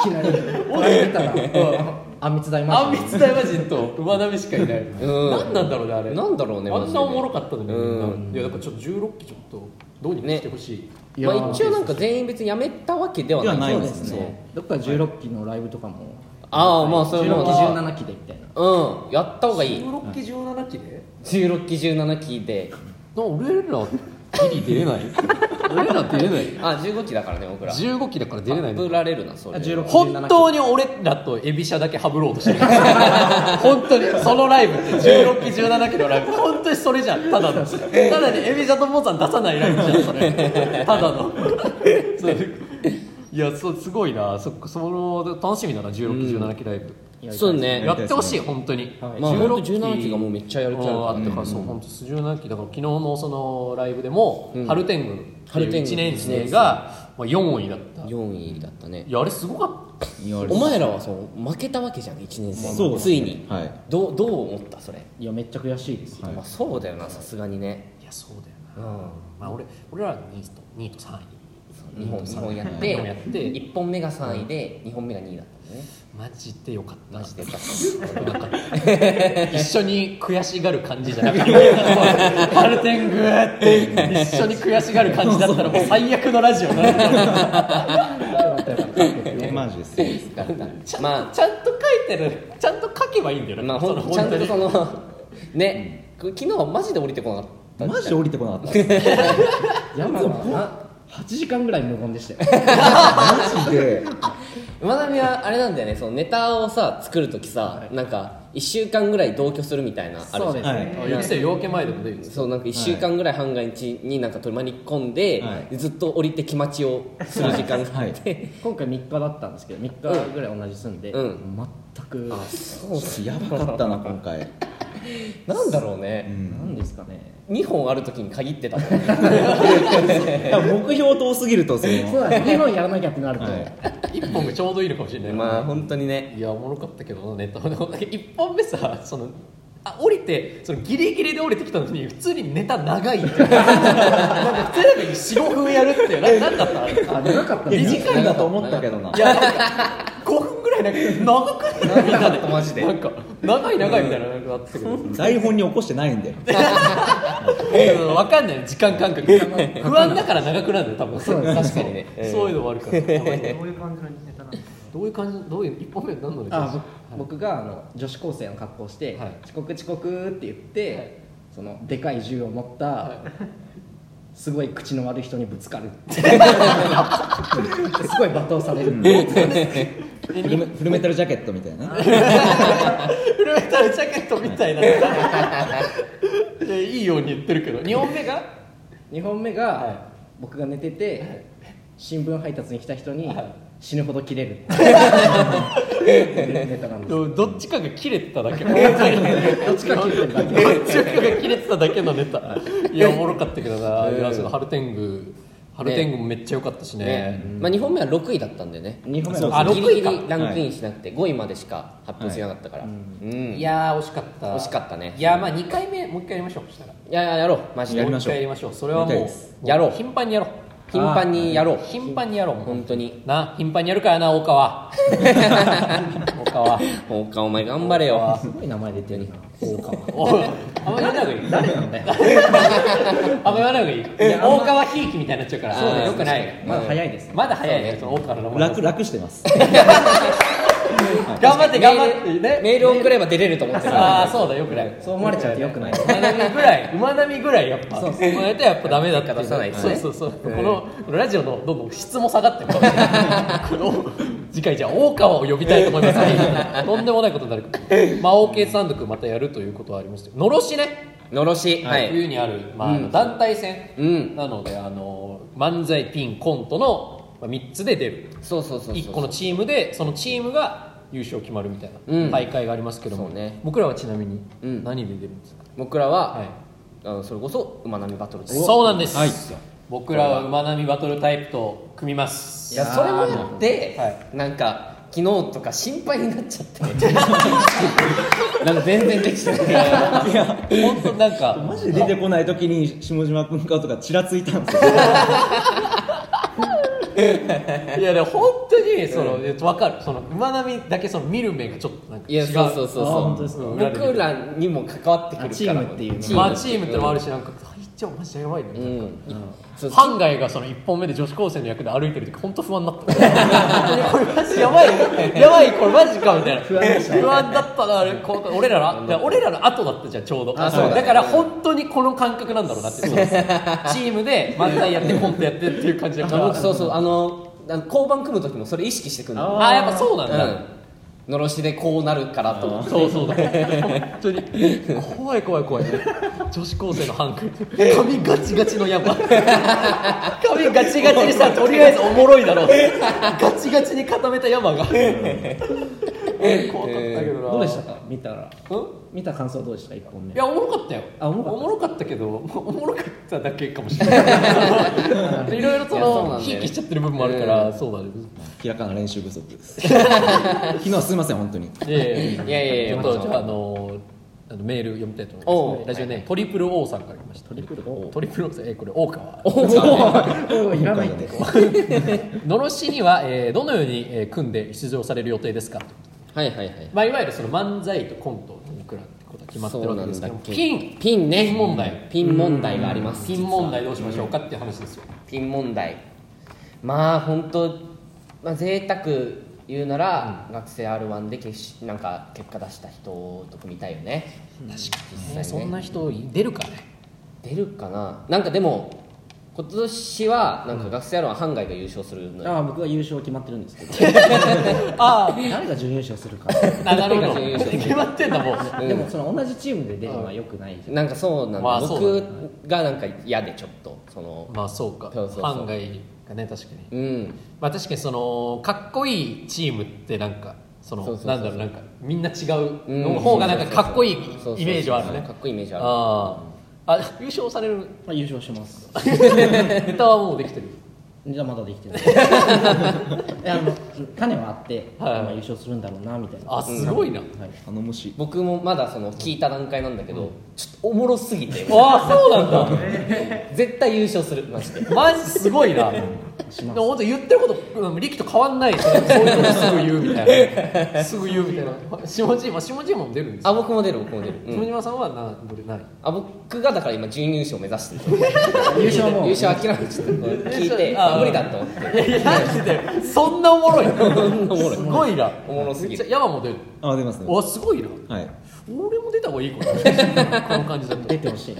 Speaker 5: きなり俺見たらあんみつ大魔
Speaker 3: あん
Speaker 5: 神
Speaker 3: みつ大魔神と馬鍋しかいない、
Speaker 2: ん
Speaker 3: なんなんだろうねあれ
Speaker 2: なんだろうね
Speaker 3: あんなおもろかったのに、
Speaker 2: うん
Speaker 3: いやだからちょっと16期ちょっとどうにかしてほしい、
Speaker 5: い
Speaker 2: ま
Speaker 5: や
Speaker 2: あ、一応なんか全員別に辞めたわけでは
Speaker 6: で
Speaker 2: な
Speaker 6: はいないで
Speaker 2: そう
Speaker 6: す
Speaker 2: そう
Speaker 6: ね
Speaker 5: どっか16期のライブとかも
Speaker 2: ああまあそれ
Speaker 5: 16期
Speaker 2: も
Speaker 5: 17期でみたいな
Speaker 2: うんやった方がいい
Speaker 3: 16期17期で
Speaker 2: 16期17期で
Speaker 3: な俺らギリ出 れない俺ら出れない
Speaker 2: あ15期だからね僕ら
Speaker 3: 15期だから出れない
Speaker 2: ぶられるなそれ
Speaker 5: あ16期
Speaker 3: 本当に俺らとエビシャだけハブろうと してる本当にそのライブって16期17期のライブ本当にそれじゃんただのただにエビシャとモーさん出さないライブじゃんそれただのそう いやそうすごいなそその楽しみだな16期17期ライブ、
Speaker 2: そうね
Speaker 3: やってほしい本当に、
Speaker 2: まあ
Speaker 3: 16
Speaker 2: 17期がもうめっちゃやる気あるから
Speaker 3: あったからそう本当17期だから昨日のそのライブでも、春天狗
Speaker 2: 春
Speaker 3: 春
Speaker 2: 天
Speaker 3: 天
Speaker 2: 狗
Speaker 3: 1年生が、まあ、4位だったい
Speaker 2: 4位だったね
Speaker 3: やあれすごかった
Speaker 2: お前らはそう負けたわけじゃん1年生に
Speaker 6: そうです
Speaker 2: つ
Speaker 6: ね
Speaker 2: いに、
Speaker 6: はい
Speaker 2: どうどう思ったそれ、
Speaker 5: いやめっちゃ悔しいですよ
Speaker 2: まあ、そうだよなさすがにね、
Speaker 3: いやそうだよな
Speaker 2: うん、
Speaker 3: まあ、俺俺ら2位と2位と3位
Speaker 2: 2本2本やって
Speaker 3: 二本やって
Speaker 2: 1本目が3位で2本目が2位だったんだね
Speaker 3: マジでよかった
Speaker 2: マジでよかっ
Speaker 3: なんか一緒に悔しがる感じじゃな くて「パルテング」って一緒に悔しがる感じだったらもう最悪のラジオになる
Speaker 6: マジですね
Speaker 2: たま
Speaker 3: ちゃんと書いてるちゃんと書けばいいんだよ
Speaker 2: あ
Speaker 3: な、
Speaker 2: まあ
Speaker 3: そ
Speaker 2: ほ
Speaker 3: の
Speaker 2: んちゃんと
Speaker 3: に
Speaker 2: そのね昨日はマジで降りてこなかった
Speaker 6: マジで降りてこなかった
Speaker 5: 山は8時間ぐらい無言でしたよ
Speaker 6: マジで
Speaker 2: 馬並はあれなんだよねそのネタをさ作る時さ、なんか1週間ぐらい同居するみたいなある
Speaker 5: そう
Speaker 2: じ
Speaker 5: で
Speaker 2: ゃん
Speaker 5: す
Speaker 6: は
Speaker 5: ね
Speaker 6: い
Speaker 3: あゆきせん夜明け前でも出るんです
Speaker 2: そうなんか1週間ぐらい半外地になんか取り巻き込んで、
Speaker 6: はい
Speaker 2: ずっと降りて気待ちをする時間 があ
Speaker 6: は
Speaker 2: っ
Speaker 6: い
Speaker 2: て、
Speaker 5: 今回3日だったんですけど3日ぐらい同じ住ん
Speaker 2: う
Speaker 5: で全く
Speaker 6: やばかったな今回
Speaker 2: なんだろうね、
Speaker 5: なんですかね
Speaker 2: 2本ある時に限ってたもん
Speaker 6: 目標遠すぎるとそ
Speaker 5: そう
Speaker 6: の
Speaker 5: だね2本やらなきゃってなると
Speaker 6: はい
Speaker 3: 1本がちょうどいいのかもしれない、
Speaker 2: まあ本当にね
Speaker 3: いやおもろかったけどネタ1本目さそのあ降りてそのギリギリで降りてきたのに普通にネタ長い っていうなんか普通なんか45分やるっていうななんだったあれ
Speaker 5: あ長かった
Speaker 6: いや
Speaker 5: ね
Speaker 6: 短いだと思ったけどない
Speaker 3: や5分ぐらいなんか長くないみんなでマジでなんか長い長いみたいななんかなってたけど
Speaker 6: 台本に起こしてないんで
Speaker 3: 分かんない時間感覚不安だから長くなるんだよ多分そう確かにねそういうのもあるからどういう感じのネタなんどういう感じどういう一本目は何のネタです
Speaker 5: あ
Speaker 3: か
Speaker 5: ぼ僕があの女子高生の格好をして
Speaker 3: はい
Speaker 5: 「遅刻遅刻」って言ってそのでかい銃を持った
Speaker 3: は
Speaker 5: すごい口の悪い人にぶつかるすごい罵倒される
Speaker 6: フルメフルメタルジャケットみたいな
Speaker 3: フルメタルジャケットみた いないやいいように言ってるけど2本目が
Speaker 5: 2本目
Speaker 3: はい
Speaker 5: が僕が寝てて新聞配達に来た人に
Speaker 3: はい
Speaker 5: 死ぬほど切れるネタなんです
Speaker 3: どどっちかが切れてただ けどっちかが切れてただけどっちかが切れてただけのネタいやおもろかったけどな、いやその春天狗春天狗もめっちゃ良かったしね
Speaker 2: ね、まあ、2本目は6位だったんでね
Speaker 5: 2本目
Speaker 6: そう
Speaker 5: は
Speaker 3: あ
Speaker 2: ギリギ
Speaker 3: 六位
Speaker 2: リランクインしなくて5位までしか発表しなかったから、うん
Speaker 3: い
Speaker 2: いや
Speaker 3: やー惜しかった
Speaker 2: 惜しかったね
Speaker 3: いやーまあ2回目もう1回やりましょうそしたら
Speaker 2: いややろうマジで
Speaker 6: やりましょう
Speaker 3: も一回やりましょうそれはも
Speaker 6: やりた
Speaker 3: う
Speaker 6: いです
Speaker 3: やろう頻繁にやろう
Speaker 2: 頻繁にやろう
Speaker 3: 頻繁にやろうもう
Speaker 2: 本当に
Speaker 3: な頻繁にやるからな大川大川
Speaker 2: おかお前頑張れよ
Speaker 5: すごい名前出てるな大川
Speaker 3: おいあんま言わない方がいい
Speaker 5: 誰 なんだよ
Speaker 3: あんま言わない方がいい大川ひいきみたいになっちゃうから
Speaker 2: そうだよ
Speaker 3: よくな
Speaker 2: 確か
Speaker 3: い
Speaker 2: に
Speaker 5: まだ早いです
Speaker 3: まだ早いねその大川の名前
Speaker 6: 楽楽してます
Speaker 3: 頑張って
Speaker 2: メー
Speaker 3: 頑
Speaker 2: ル
Speaker 3: 張ってね
Speaker 2: メール送れば出れると思ってた
Speaker 3: ああ そうだよくない
Speaker 5: そう思われちゃってよくない
Speaker 3: 馬並ぐらい 馬並ぐらいやっぱそうそうややっぱダメだっていう
Speaker 2: 出さないと
Speaker 3: そう
Speaker 2: ね
Speaker 3: そうそうこのこのラジオのどんどん質も下がってるこの次回じゃあ大川を呼びたいと思います ねとんでもないことになるまあ OK サンド君またやるということはありますけどのろしね
Speaker 2: のろしはい、
Speaker 3: 冬にあるまああ
Speaker 2: う
Speaker 3: の
Speaker 2: ん
Speaker 3: 団体戦
Speaker 2: うん
Speaker 3: なのであの漫才ピンコントのまあ3つで出る
Speaker 2: そうそうそうそう
Speaker 3: 1個のチームでそのチームが優勝決まるみたい
Speaker 2: うん
Speaker 3: な大会がありますけども、
Speaker 2: そうね
Speaker 3: 僕らはちなみに
Speaker 2: うん
Speaker 3: 何で出るんですか、
Speaker 2: 僕らは、
Speaker 3: はい
Speaker 2: あのそれこそ馬並みバトルです
Speaker 3: そうなんです、
Speaker 6: はい
Speaker 3: 僕らは馬並みバトルタイプと組みます
Speaker 2: いやそれもやって、
Speaker 3: は
Speaker 2: なんか昨日とか心配になっちゃってなんか全然できてないいや本当なんか
Speaker 6: マジで出てこない時に下島君顔とかちらついたん ですよ
Speaker 3: いやでも本当にその、分かるその馬並みだけその見る目がちょっとなんか
Speaker 2: い
Speaker 3: 違う
Speaker 2: やそうそうそう
Speaker 5: あ本当
Speaker 2: そ
Speaker 5: で
Speaker 2: う
Speaker 5: すか
Speaker 2: 僕らにも関わってくるから
Speaker 5: あチームっていうの
Speaker 3: まあチームってのもあるしなんか一丁マジでやばいねみたいな
Speaker 2: うん、そう
Speaker 3: ハンガイがその1本目で女子高生の役で歩いてる時本当不安だったこれマジやばいやばいこれマジかみたいな不安だったなあれこう俺らのだから俺らの後だったじゃんちょうど
Speaker 2: あそうだね
Speaker 3: から本当にこの感覚なんだろうなってチームで漫才やってコントやってっていう感じだか
Speaker 2: あ
Speaker 3: ら
Speaker 2: 僕そうそうあのあの交番組む時もそれ意識してくるの
Speaker 3: ああやっぱそうなんだ、
Speaker 2: うんのろしでこうなるからと思って
Speaker 3: そうそうだ本当に怖い怖い怖い女子高生のハンク髪ガチガチ の山髪ガチガチにしたらとりあえずおもろいだろうガチガチに固めた山が怖かったけどな
Speaker 5: どうでしたか見たら
Speaker 3: うん
Speaker 5: 見た感想どうでした1本目
Speaker 3: いやおもろかったよ
Speaker 5: あおもろかった
Speaker 3: おもろかったけどまあおもろかっただけかもしれない いろいろそ
Speaker 2: いやそうなんだよ
Speaker 3: の
Speaker 2: ね
Speaker 3: ひいきしちゃってる部分もあるからそうだね
Speaker 6: 明らかな練習不足です 昨日はすいません本当 に
Speaker 3: いやいや
Speaker 2: いやいやいや
Speaker 3: ちょっとじゃああのあのメール読みたいと思
Speaker 2: お
Speaker 3: いま
Speaker 2: う
Speaker 3: す。ラジオネームトリプル O さんから来ました。トリプル O。トリプル O さん、えーこれ大川。
Speaker 5: おーいらないって
Speaker 3: のろしには、えーどのように、えー組んで出場される予定ですか。
Speaker 2: はいはいはい
Speaker 3: まあいわゆるその漫才とコントのいくらってことは決まってるわけですけど、
Speaker 2: そうなんだっけ
Speaker 3: ピン
Speaker 2: ピンね
Speaker 3: ピン問題
Speaker 2: ピン問題があります
Speaker 3: ピン問題どうしましょうかっていう話ですよ。
Speaker 2: ピン問題まあ本当まあ贅沢言うなら、学生 r 1で決しなんか結果出した人と組みたいよね
Speaker 3: ね
Speaker 2: ね
Speaker 3: そんな人出るかね。
Speaker 2: 出るかななんかでも今年はなんか学生 r 1ハンガイが優勝するのよ、
Speaker 5: ああ僕は優勝決まってるんですけど
Speaker 3: あ
Speaker 5: 誰が準優勝するか
Speaker 3: あ、なるほど。
Speaker 2: 誰が準優勝
Speaker 3: 決まってんだもう。
Speaker 2: うん
Speaker 5: でもその同じチームで出るのはよくない
Speaker 2: なんかそうなんだ,、
Speaker 3: まあそうだね
Speaker 2: 僕がなんか嫌でちょっとその
Speaker 3: まあそうか。
Speaker 2: そうそうそう
Speaker 3: ハンガイがね確かに。
Speaker 2: うん
Speaker 3: まあ、確かにそのかっこいいチームってなんかその
Speaker 2: そうそうそう
Speaker 3: なんだろうなんかみんな違
Speaker 2: う
Speaker 3: うんの方がなんかかっこいい
Speaker 2: そうそうそう
Speaker 3: イメージはあるね
Speaker 2: かっこいいイメージあ
Speaker 3: あああ優勝される
Speaker 5: まあ優勝します
Speaker 3: ネタはもうできてる
Speaker 5: じゃあまだでき てないいやあの種はあって、
Speaker 3: はい
Speaker 5: まあ優勝するんだろうなみたいな
Speaker 3: あすごいな、
Speaker 5: はい
Speaker 6: あの虫
Speaker 2: る僕もまだその聞いた段階なんだけど、ちょっとおもろすぎて
Speaker 3: ああそうなん
Speaker 2: 絶対優勝するマジで
Speaker 3: だマジすごいなで
Speaker 5: します
Speaker 3: も本当言ってることうん力と変わんないですねそういうことすぐ言うみたいなすぐ言うみたいな下地まあ下地も出るんですよ
Speaker 2: あ僕も出る僕も出る、うん
Speaker 3: 下島さんはなどれない
Speaker 2: あ僕がだから今準優勝目指してる
Speaker 5: 優勝はもう
Speaker 2: 優勝諦めちゃった聞いて
Speaker 3: あ
Speaker 2: あ無理だと思って
Speaker 3: いやいやマジでそんなおもろい
Speaker 2: そんなおもろい
Speaker 3: すごいな
Speaker 2: おもろすぎる
Speaker 3: めっちゃ山も出る
Speaker 6: あ出ますね
Speaker 3: わすごいな
Speaker 6: はい
Speaker 3: 俺も出た方がいいかな この感じだと
Speaker 5: 出てほしい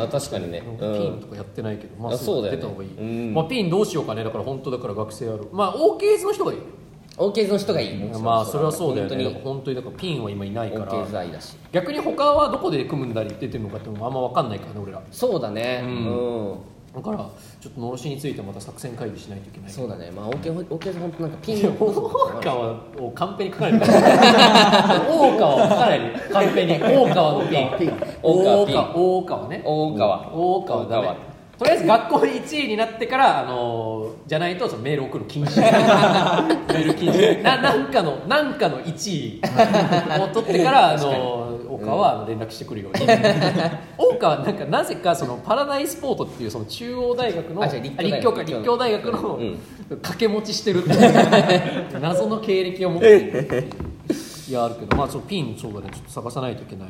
Speaker 2: あ確かにね、う
Speaker 3: ピン
Speaker 2: ん、
Speaker 3: とかやってないけど、ま
Speaker 2: あそうだよね
Speaker 3: 出た方がいい、
Speaker 2: うん
Speaker 3: まあ、ピンどうしようかねだから本当だから学生やろうまあ OKs の人がいい
Speaker 2: OK の人がいい
Speaker 3: まあそれはそうだよね
Speaker 2: 本
Speaker 3: だから本当にだからピンは今いない
Speaker 2: 当
Speaker 3: か
Speaker 2: に
Speaker 3: ら
Speaker 2: OK 愛だし
Speaker 3: 逆に他はどこで組むんだり出てるのかっていうのもあんま分かんないからね俺ら
Speaker 2: そうだね
Speaker 3: う
Speaker 2: うんん、
Speaker 3: だからちょっとのろしについてまた作戦会議しないといけない
Speaker 2: そうだねまあ OK さん本当なんかピ
Speaker 3: い
Speaker 2: ン
Speaker 3: や 大川をカンペに書かれ てる大川を書かれるカンペに大川のピン
Speaker 2: 大川ピン
Speaker 3: 大川ね
Speaker 2: 大川
Speaker 3: 大川だわとりあえず学校で1位になってから、あのーじゃないとそのメール送る 禁止メール禁止ななんかのなんかの1位を取ってから、あのー大川はあの連絡してく るように大川はなんかなぜかそのパラダイスポートっていうその中央大学の
Speaker 2: あ違う立教大学
Speaker 3: 教か立教大学の
Speaker 2: うん
Speaker 3: 掛け持ちしてるっていう謎の経歴を持っているっていういやあるけどまあそうピンそうだねちょっと探さないといけない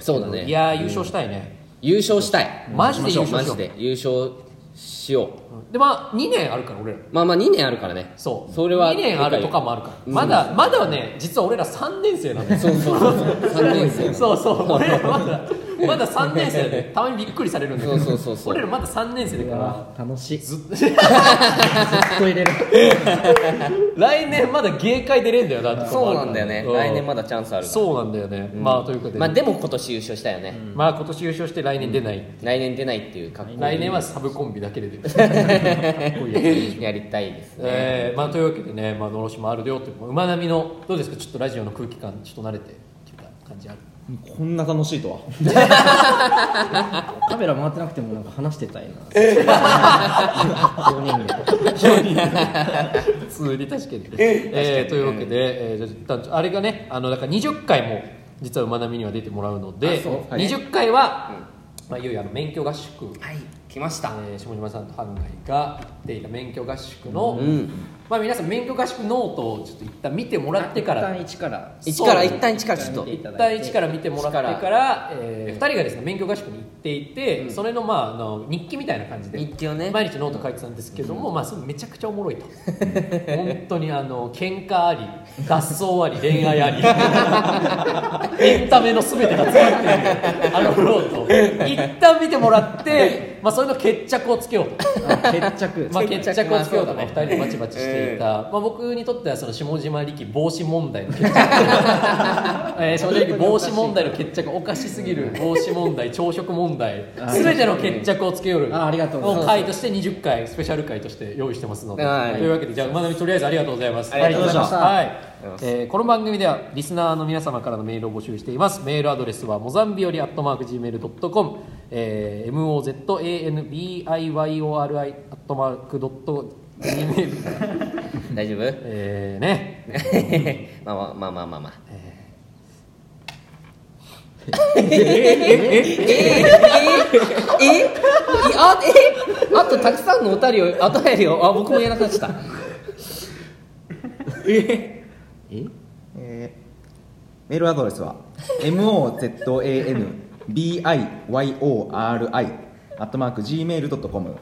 Speaker 2: そうだね
Speaker 3: いやー優勝したいね、
Speaker 2: 優勝したい
Speaker 3: マジで優勝しよう
Speaker 2: マジで優勝しよう
Speaker 3: でまあ2年あるから俺ら
Speaker 2: まあまあ2年あるからね
Speaker 3: そう
Speaker 2: それは
Speaker 3: 2年あるとかもあるから
Speaker 2: うん
Speaker 3: まだまだね実は俺ら3年生なんだよ
Speaker 2: そうそうそう3年 生
Speaker 3: そうそう俺らま だまだ3年生でたまにびっくりされるんだけど
Speaker 2: そうそうそうそう
Speaker 3: 俺らまだ3年生だから
Speaker 5: 楽しいず
Speaker 3: ずっと
Speaker 5: っと入れる
Speaker 3: 来年まだ芸会出れんだよだって
Speaker 2: そうなんだよね来年ま
Speaker 3: だ
Speaker 2: だチャンスあるから
Speaker 3: そうなんだよねまあということで
Speaker 2: まあでも今年優勝したよね、
Speaker 3: まあ今年優勝して来年出ない
Speaker 2: 来年出ないっていう格好
Speaker 3: 来年はサブコンビだけで出る かっこいいやつ
Speaker 2: やりたいですね、
Speaker 3: えーまあ、というわけでね、まあのろしもあるよって馬並みのどうですかちょっとラジオの空気感ちょっと慣れてきた感じある
Speaker 6: こんな楽しいとは
Speaker 5: カメラ回ってなくてもなんか話してたいな 4人で
Speaker 3: 普通に確かに、えーというわけで、えーじゃあ一旦あれがねあのだから20回も実は馬並みには出てもらうので
Speaker 7: あそう
Speaker 3: 二十20回は、まあ、いよいよあの免許合宿、
Speaker 7: はい来ました
Speaker 3: えー下島さんと半海が出ていた免許合宿の、
Speaker 2: ん
Speaker 3: まあ、皆さん免許合宿ノートをちょっと一旦見てもらってから
Speaker 5: 一旦一から
Speaker 2: 一から一旦一からちょっと
Speaker 3: 一旦一から見てもらってからえ2人がですね免許合宿に行っていて、それの,、まあ、あの日記みたいな感じで
Speaker 2: 日記をね
Speaker 3: 毎日ノート書いてたんですけども、まあ、それめちゃくちゃおもろいと 本当にあの喧嘩あり脱走あり恋愛ありエンタメの全てが詰まっているあのノート一旦見てもらって、まあ、それの決着をつけようと。
Speaker 5: 決着
Speaker 3: まあ、決着をつけようとね、二人でバチバチしていた、まあ、僕にとってはその下島力防止問題の決着、 えー、下島力防止問題の決着おかしすぎる防止問題朝食問題すべての決着をつけよる
Speaker 5: あありがとうござい
Speaker 3: の
Speaker 5: ます
Speaker 3: 回として20回スペシャル回として用意してますので、
Speaker 2: はい
Speaker 3: というわけでじゃあまなみとりあえずありがとうございます
Speaker 2: ありがとうございました
Speaker 3: はいえーこの番組ではリスナーの皆様からのメールを募集していますメールアドレスはモザンビオリアットマーク Gmail.com、えー、mozanbioriori アットマークドット Gmail
Speaker 2: 大丈夫
Speaker 3: えーね
Speaker 2: まあまあまあまあまあ
Speaker 7: えいあえあとたくさんのお便りをあとやりをあ僕もやらかした
Speaker 2: え
Speaker 6: メールアドレスは mozanbiori アットマーク gmail.com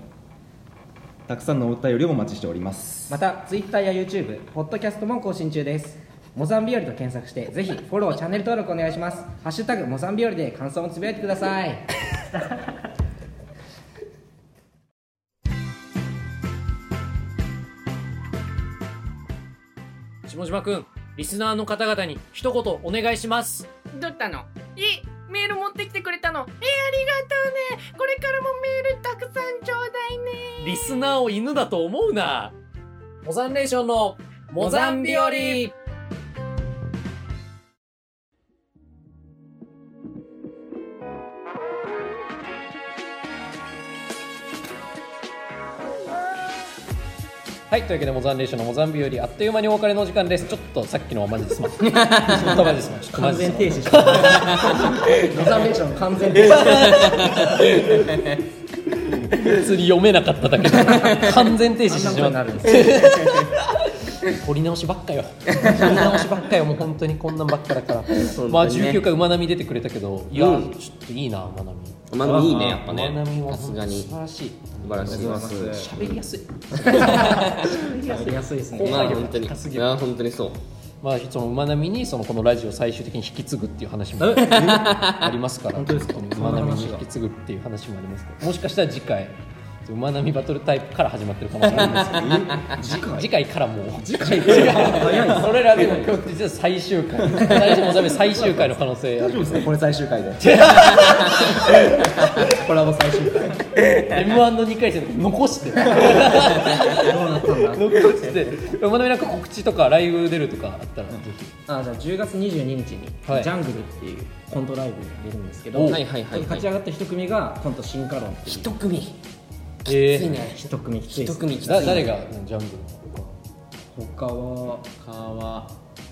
Speaker 6: たくさんのお便りをお待ちしております
Speaker 5: また Twitter や YouTube ポッドキャストも更新中ですモザンビオリと検索してぜひフォローチャンネル登録お願いしますハッシュタグモザンビオリで感想をつぶやいてください
Speaker 3: 下島くんリスナーの方々に一言お願いします
Speaker 8: どったのえメール持ってきてくれたのえありがとうねこれからもメールたくさんちょうだいね
Speaker 3: リスナーを犬だと思うなモザンレーションのモザンビオリはい、というわけでモザンレーションのモザンビオリあっという間にお別れの時間ですちょっとさっきのはマジですまんちょっとマジですまんちょっとマジで
Speaker 5: 全
Speaker 3: すまん
Speaker 5: 停止してモザンビオリの完全停止
Speaker 3: 普通に読めなかっただけ で完全停止してしまった取り直しばっか よ取り直しばっかよもう本当にこんなんばっかだから、 まあ19回馬並み出てくれたけどいや、ちょっといいな馬並み
Speaker 2: えまあいいねやっぱ
Speaker 3: 馬並み
Speaker 2: ね
Speaker 3: は
Speaker 2: さす
Speaker 3: 本
Speaker 2: が
Speaker 3: 当
Speaker 2: に
Speaker 3: 素晴らしい
Speaker 2: 素晴らしい
Speaker 3: 喋りやすい
Speaker 5: 安いですね
Speaker 2: まあ本当に
Speaker 3: 高すぎ
Speaker 2: まあ本当にそう
Speaker 3: まあその馬並みにそのこのラジオを最終的に引き継ぐっていう話もありますから本当ですか馬並みに引き継ぐっていう話もありますからもしかしたら次回馬並みバトルタイプから始まってるかもしれないですけど次回からもう次回から それらでも今日実は最終回大丈夫おめ最終回の可能性ある
Speaker 6: これ最終回 で
Speaker 3: m 1の2回戦残してどうなったんだ 残してまだなんか告知とかライブ出るとかあったらぜひ
Speaker 5: あじゃあ10月22日に、
Speaker 3: はい
Speaker 5: ジャングルっていうコントライブに出るんですけど、
Speaker 2: おはいはいはいはい
Speaker 5: 勝ち上がった一組がコント進化論っていう
Speaker 2: 一組
Speaker 3: えー
Speaker 5: 一組きつい
Speaker 2: 一
Speaker 5: です
Speaker 2: 組きつい
Speaker 3: だ誰がジャングルの
Speaker 5: 他は
Speaker 2: 川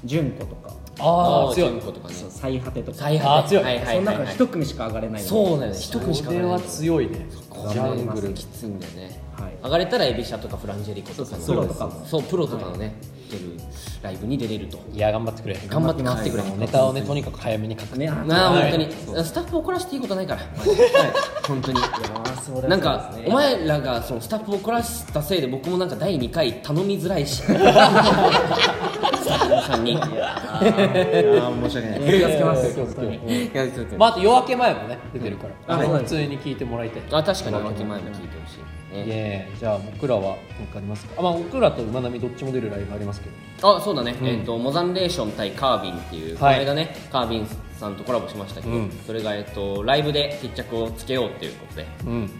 Speaker 5: 純子とか
Speaker 3: ああ強い
Speaker 2: 純子とかね
Speaker 5: そう最果てとか、
Speaker 2: 最
Speaker 3: あー強い
Speaker 2: はいは
Speaker 5: そ
Speaker 2: い
Speaker 5: の
Speaker 2: はいは
Speaker 5: 中で
Speaker 2: い
Speaker 5: 一組しか上がれない
Speaker 2: そう
Speaker 5: ね
Speaker 2: なんです一組しか
Speaker 3: これ
Speaker 2: 上がれ
Speaker 3: は
Speaker 2: ない
Speaker 3: 強いね
Speaker 2: ジャングルきついんだよね
Speaker 5: はい
Speaker 2: 上がれたらエビシャとかフランジェリコとかの
Speaker 5: そうそうプロとかも
Speaker 2: そうプロとかのね出るライブに出れると
Speaker 3: いや頑張ってくれ
Speaker 2: 頑張って勝ってくれ
Speaker 3: ネタをねとにかく早めに書く
Speaker 5: ねあ
Speaker 2: なあ
Speaker 3: はい
Speaker 2: 本当にスタッフ怒らせていいことないから本当に
Speaker 5: それは
Speaker 2: なんかお前らがそのスタッフ怒らせたせいで僕もなんか第2回頼みづらいしスタッフさんに
Speaker 6: 申し訳ない
Speaker 5: 気をつけます
Speaker 3: まああと夜明け前もね出てるから、
Speaker 5: うんあそうなん
Speaker 3: 普
Speaker 5: です
Speaker 3: 通に聞いてもらいたい
Speaker 2: あ確かに夜明け前も聞いてほしいね
Speaker 3: ええじゃあ僕らは何かありますかあまあ僕らと馬並みどっちも出るライブありますけど
Speaker 2: あそうだね、えっ、とモザンレーション対カービンっていう、
Speaker 3: はい
Speaker 2: この間ねカービンさんとコラボしましたけど、
Speaker 3: うん
Speaker 2: それがえっ、とライブで決着をつけようっていうことで
Speaker 3: うん
Speaker 2: うん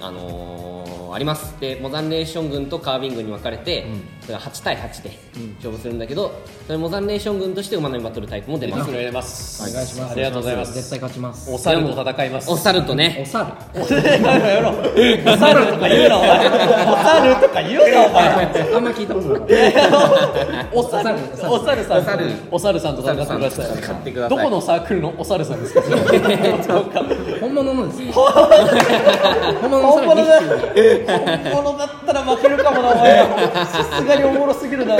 Speaker 2: あのーありますでモザンレーション軍とカービン軍に分かれて、
Speaker 3: ん
Speaker 2: それが8対8で勝負するんだけど、それモザンレーション軍として馬並みバトルタイプも出ます、
Speaker 3: それ入れます
Speaker 5: お願いします
Speaker 3: ありがとうございます
Speaker 5: 絶対勝ちます
Speaker 3: お猿と戦います
Speaker 2: お猿とね
Speaker 5: お猿
Speaker 3: やろお猿とか言うなお前お猿とか言うなお前
Speaker 5: あんま聞いたことなかっ
Speaker 3: お猿お猿さんお猿さんと戦ってくださ
Speaker 2: お
Speaker 3: い
Speaker 2: 猿さんと戦ってください
Speaker 3: どこのサーククルのお猿さんで すかそれ
Speaker 5: 本物のです。本物のさらに2匹
Speaker 3: 本物だったら負けるかもなお前さすがにおもろすぎるな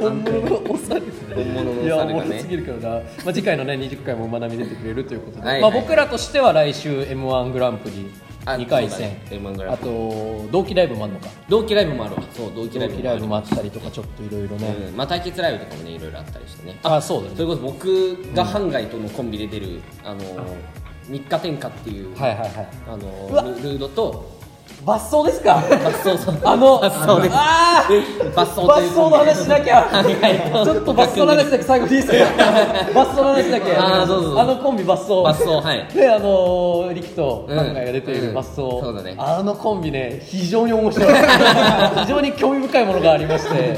Speaker 3: 本物のお猿
Speaker 2: 本物
Speaker 3: い
Speaker 2: の
Speaker 3: やお
Speaker 2: 猿
Speaker 3: も
Speaker 2: が
Speaker 3: ろす
Speaker 2: ね
Speaker 3: ぎるけどな、まあ、次回のね20回も学び出てくれるということで、
Speaker 2: はい
Speaker 3: まあ、
Speaker 2: はい
Speaker 3: 僕らとしては来週 m 1グランプリ
Speaker 2: あ
Speaker 3: 2回
Speaker 2: そうだ
Speaker 3: 戦
Speaker 2: ね M1 グ
Speaker 3: あ,、
Speaker 2: ランプ
Speaker 3: と同期ライブもあるのか
Speaker 2: 同期ライブもあるわそう同期
Speaker 3: 同
Speaker 2: ライブ
Speaker 3: 期ライブ
Speaker 2: も
Speaker 3: も
Speaker 2: あ
Speaker 3: あったりとかちょっといろいろね、
Speaker 2: るうんまあ対決ライブとかもねいろいろあったりしてね
Speaker 3: あそうだ
Speaker 2: それ
Speaker 3: ね
Speaker 2: こそ僕がハンガイとのコンビで出るあの三日天下っていう
Speaker 3: はいはいはい
Speaker 2: あの
Speaker 3: うわ
Speaker 2: ルルードと
Speaker 3: 抜走ですか
Speaker 2: バッソーさん
Speaker 3: あの
Speaker 2: バッソーです
Speaker 3: あ
Speaker 2: バッソ
Speaker 3: ー
Speaker 2: ーとい
Speaker 3: 抜
Speaker 2: うコ
Speaker 3: 走の
Speaker 2: ンビ
Speaker 3: 話しなきゃ
Speaker 2: はい
Speaker 3: ちょっと抜走の話だけ最後でいいですか抜走の話だけ
Speaker 2: あーどうぞどうぞ
Speaker 3: あのコンビ抜走
Speaker 2: バッソーはい
Speaker 3: であのー、リキと
Speaker 2: うん
Speaker 3: 考えが出ている
Speaker 2: うん
Speaker 3: マスオ、
Speaker 2: そうだね
Speaker 3: あのコンビね非常に 面白い非常に興味深いものがありまして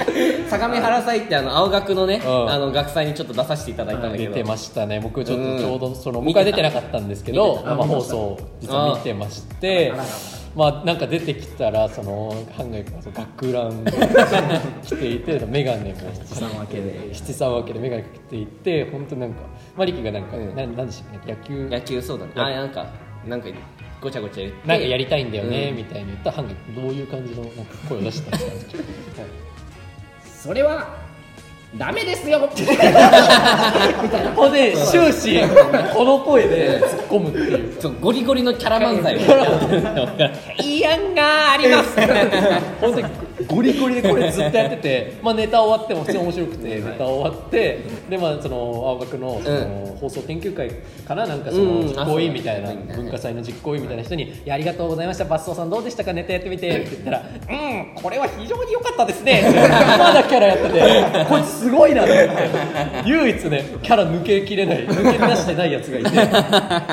Speaker 2: 相模原祭ってあの青学のね、
Speaker 3: うん
Speaker 2: あの学祭にちょっと出させていただいたんだけ
Speaker 3: 出
Speaker 2: ど
Speaker 3: てましたね僕ちょっ
Speaker 2: うん
Speaker 3: とちょうどその、
Speaker 2: 見て
Speaker 3: 僕
Speaker 2: た
Speaker 3: は出てなかったんですけど
Speaker 2: 見て
Speaker 3: 生放送を実は見てましてまあなんか出てきたらそのハンガイ君がその学ラン 着ていてメガネも七三分けで七三分けでメガネかけていて本当なんかまあリキがなんか、
Speaker 2: うん
Speaker 3: ななんでしたっけ野球
Speaker 2: 野球そうだねあなんかなんかごちゃごちゃ言って
Speaker 3: なんかやりたいんだよね、
Speaker 2: うん
Speaker 3: みたいに言ったらハンガイ君どういう感じのなんか声を出したんですか
Speaker 5: それは、ダメですよ
Speaker 3: ここで終始この声で突っ込むっていう
Speaker 2: そうゴリゴリのキャラ漫才をやってた
Speaker 3: い案があります本当にゴリゴリでこれずっとやってて、まあ、ネタ終わっても普通に面白くてネタ終わってでまあその青学のその放送研究会かななんかその
Speaker 2: うん
Speaker 3: 実行委員みたい
Speaker 2: あ
Speaker 3: な
Speaker 2: そうだね
Speaker 3: 文化祭の実行委員みたいな人に「いやありがとうございましたバッソーさんどうでしたかネタやってみて」って言ったら「うんこれは非常に良かったですね」まだキャラやっててこいつすごいなと思って唯一ねキャラ抜けきれない抜け出してないやつが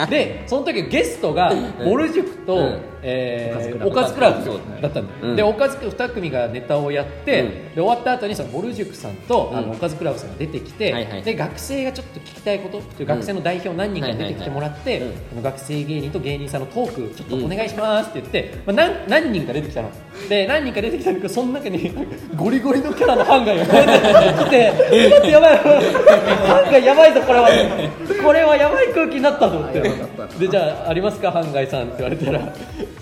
Speaker 3: いてでその時ゲストがぼる塾と、
Speaker 2: うん
Speaker 3: えー、
Speaker 2: お
Speaker 3: お
Speaker 2: か
Speaker 3: か
Speaker 2: ず
Speaker 3: ず
Speaker 2: ク
Speaker 3: ク
Speaker 2: ラ
Speaker 3: ラ
Speaker 2: ブ
Speaker 3: ブだったんだ、
Speaker 2: うん
Speaker 3: でおかず2組がネタをやって、
Speaker 2: うん
Speaker 3: で終わった後にそのボルジュクさんと、あ
Speaker 2: うん
Speaker 3: のおかずクラブさんが出てきて、
Speaker 2: はいはい
Speaker 3: で学生がちょっと聞きたいことという学生の代表何人かに出てきてもらって、
Speaker 2: はいはいはい
Speaker 3: あの学生芸人と芸人さんのトークちょっとお願いしますって言って、まあ、何何人か出てきたので何人か出てきたんだけどその中に ゴリゴリのキャラのハンガーが こうやって来てちょっとやばい ハンガーやばいぞこれはこれはやばい空気になったと思ってでじゃあありますかハンガイさんって言われたら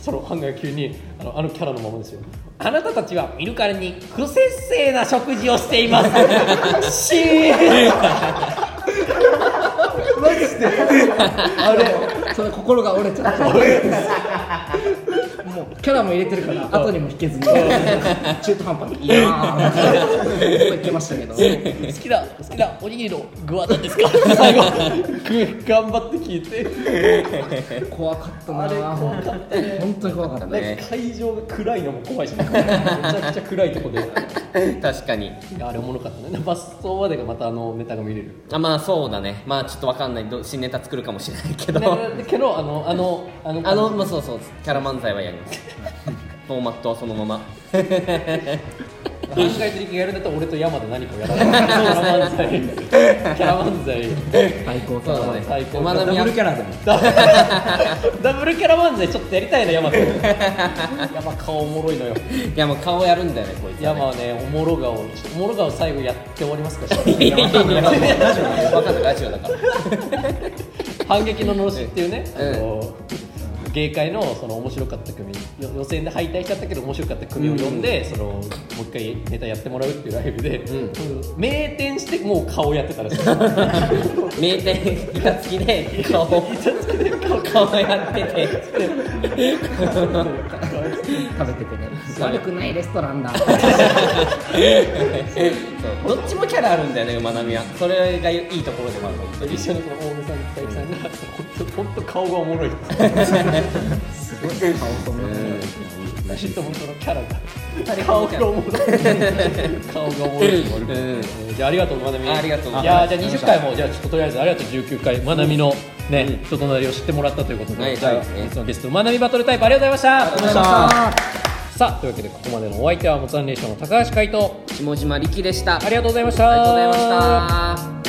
Speaker 3: そのハンガイが急にあのあのキャラのままですよあなたたちは見るからに不節制な食事をしていますシーン
Speaker 5: あれ、その心が折れちゃった。もうキャラも入れてるから後にも引けずに中途半端にいやーすごいいけましたけど
Speaker 3: 好きな好きなおにぎりの具は何ですかって最後く頑張って聞いて
Speaker 5: 怖かったなー本当に怖かった
Speaker 2: ね
Speaker 3: 会場が暗いのも怖いし、ね、めちゃくちゃ暗いとこで
Speaker 2: 確かに
Speaker 3: いやあれおもろかったねバス走までがまたあのネタが見れる
Speaker 2: あまあそうだねまあちょっとわかんないど新ネタ作るかもしれないけど、
Speaker 3: ねけどあのあのあの
Speaker 2: あのまあそうそうキャラ漫才はやりますフォーマットはそのまま
Speaker 3: 考えてる気がやるんだったら俺と山で何かをやらないキャラ漫才キャラ漫才
Speaker 5: 最高
Speaker 2: そうだね
Speaker 3: 最高
Speaker 2: お学びや
Speaker 9: キャラでも
Speaker 3: ダブルキャラ漫才ちょっとやりたいな山と山顔おもろいのよ
Speaker 2: いやもう顔やるんだよねこいつは
Speaker 3: 山
Speaker 2: ね
Speaker 3: はねおもろ顔ちょっとおもろ顔最後やって終わりますか
Speaker 2: いやいやいやラジオだよわかんないラジオだから
Speaker 3: 反撃ののろしっていうね、
Speaker 2: うん
Speaker 3: あの芸会のその面白かった組よ予選で敗退しちゃったけど面白かった組を呼んで、そのもう一回ネタやってもらうっていうライブで、名店してもう顔やって たらしい
Speaker 2: 名店板付きで顔顔やってて
Speaker 5: 食べててね悪くないレストランだ
Speaker 2: そうどっちもキャラあるんだよね馬並みはそれがいいところでもある本当に
Speaker 3: 一緒にその大梅さんと大木さんが本当本当顔がお もろいって二人ともそのキャラが顔がおもろい顔がおもろいって言われて
Speaker 2: うん
Speaker 3: えーじゃあありがとうまなみ
Speaker 2: あありがとう
Speaker 3: いやーじゃあ20回もじゃあちょっととりあえずありがとう19回まなみのね、人となりを知ってもらったということで、
Speaker 2: はい
Speaker 3: じゃあ、
Speaker 2: はい
Speaker 3: いつのゲストまなみバトルタイプありがとうございましたさあというわけでここまでのお相手はモツアンレーションの高橋海人
Speaker 2: 下島力でしたあ
Speaker 3: ありがとうございました
Speaker 2: りがとうございました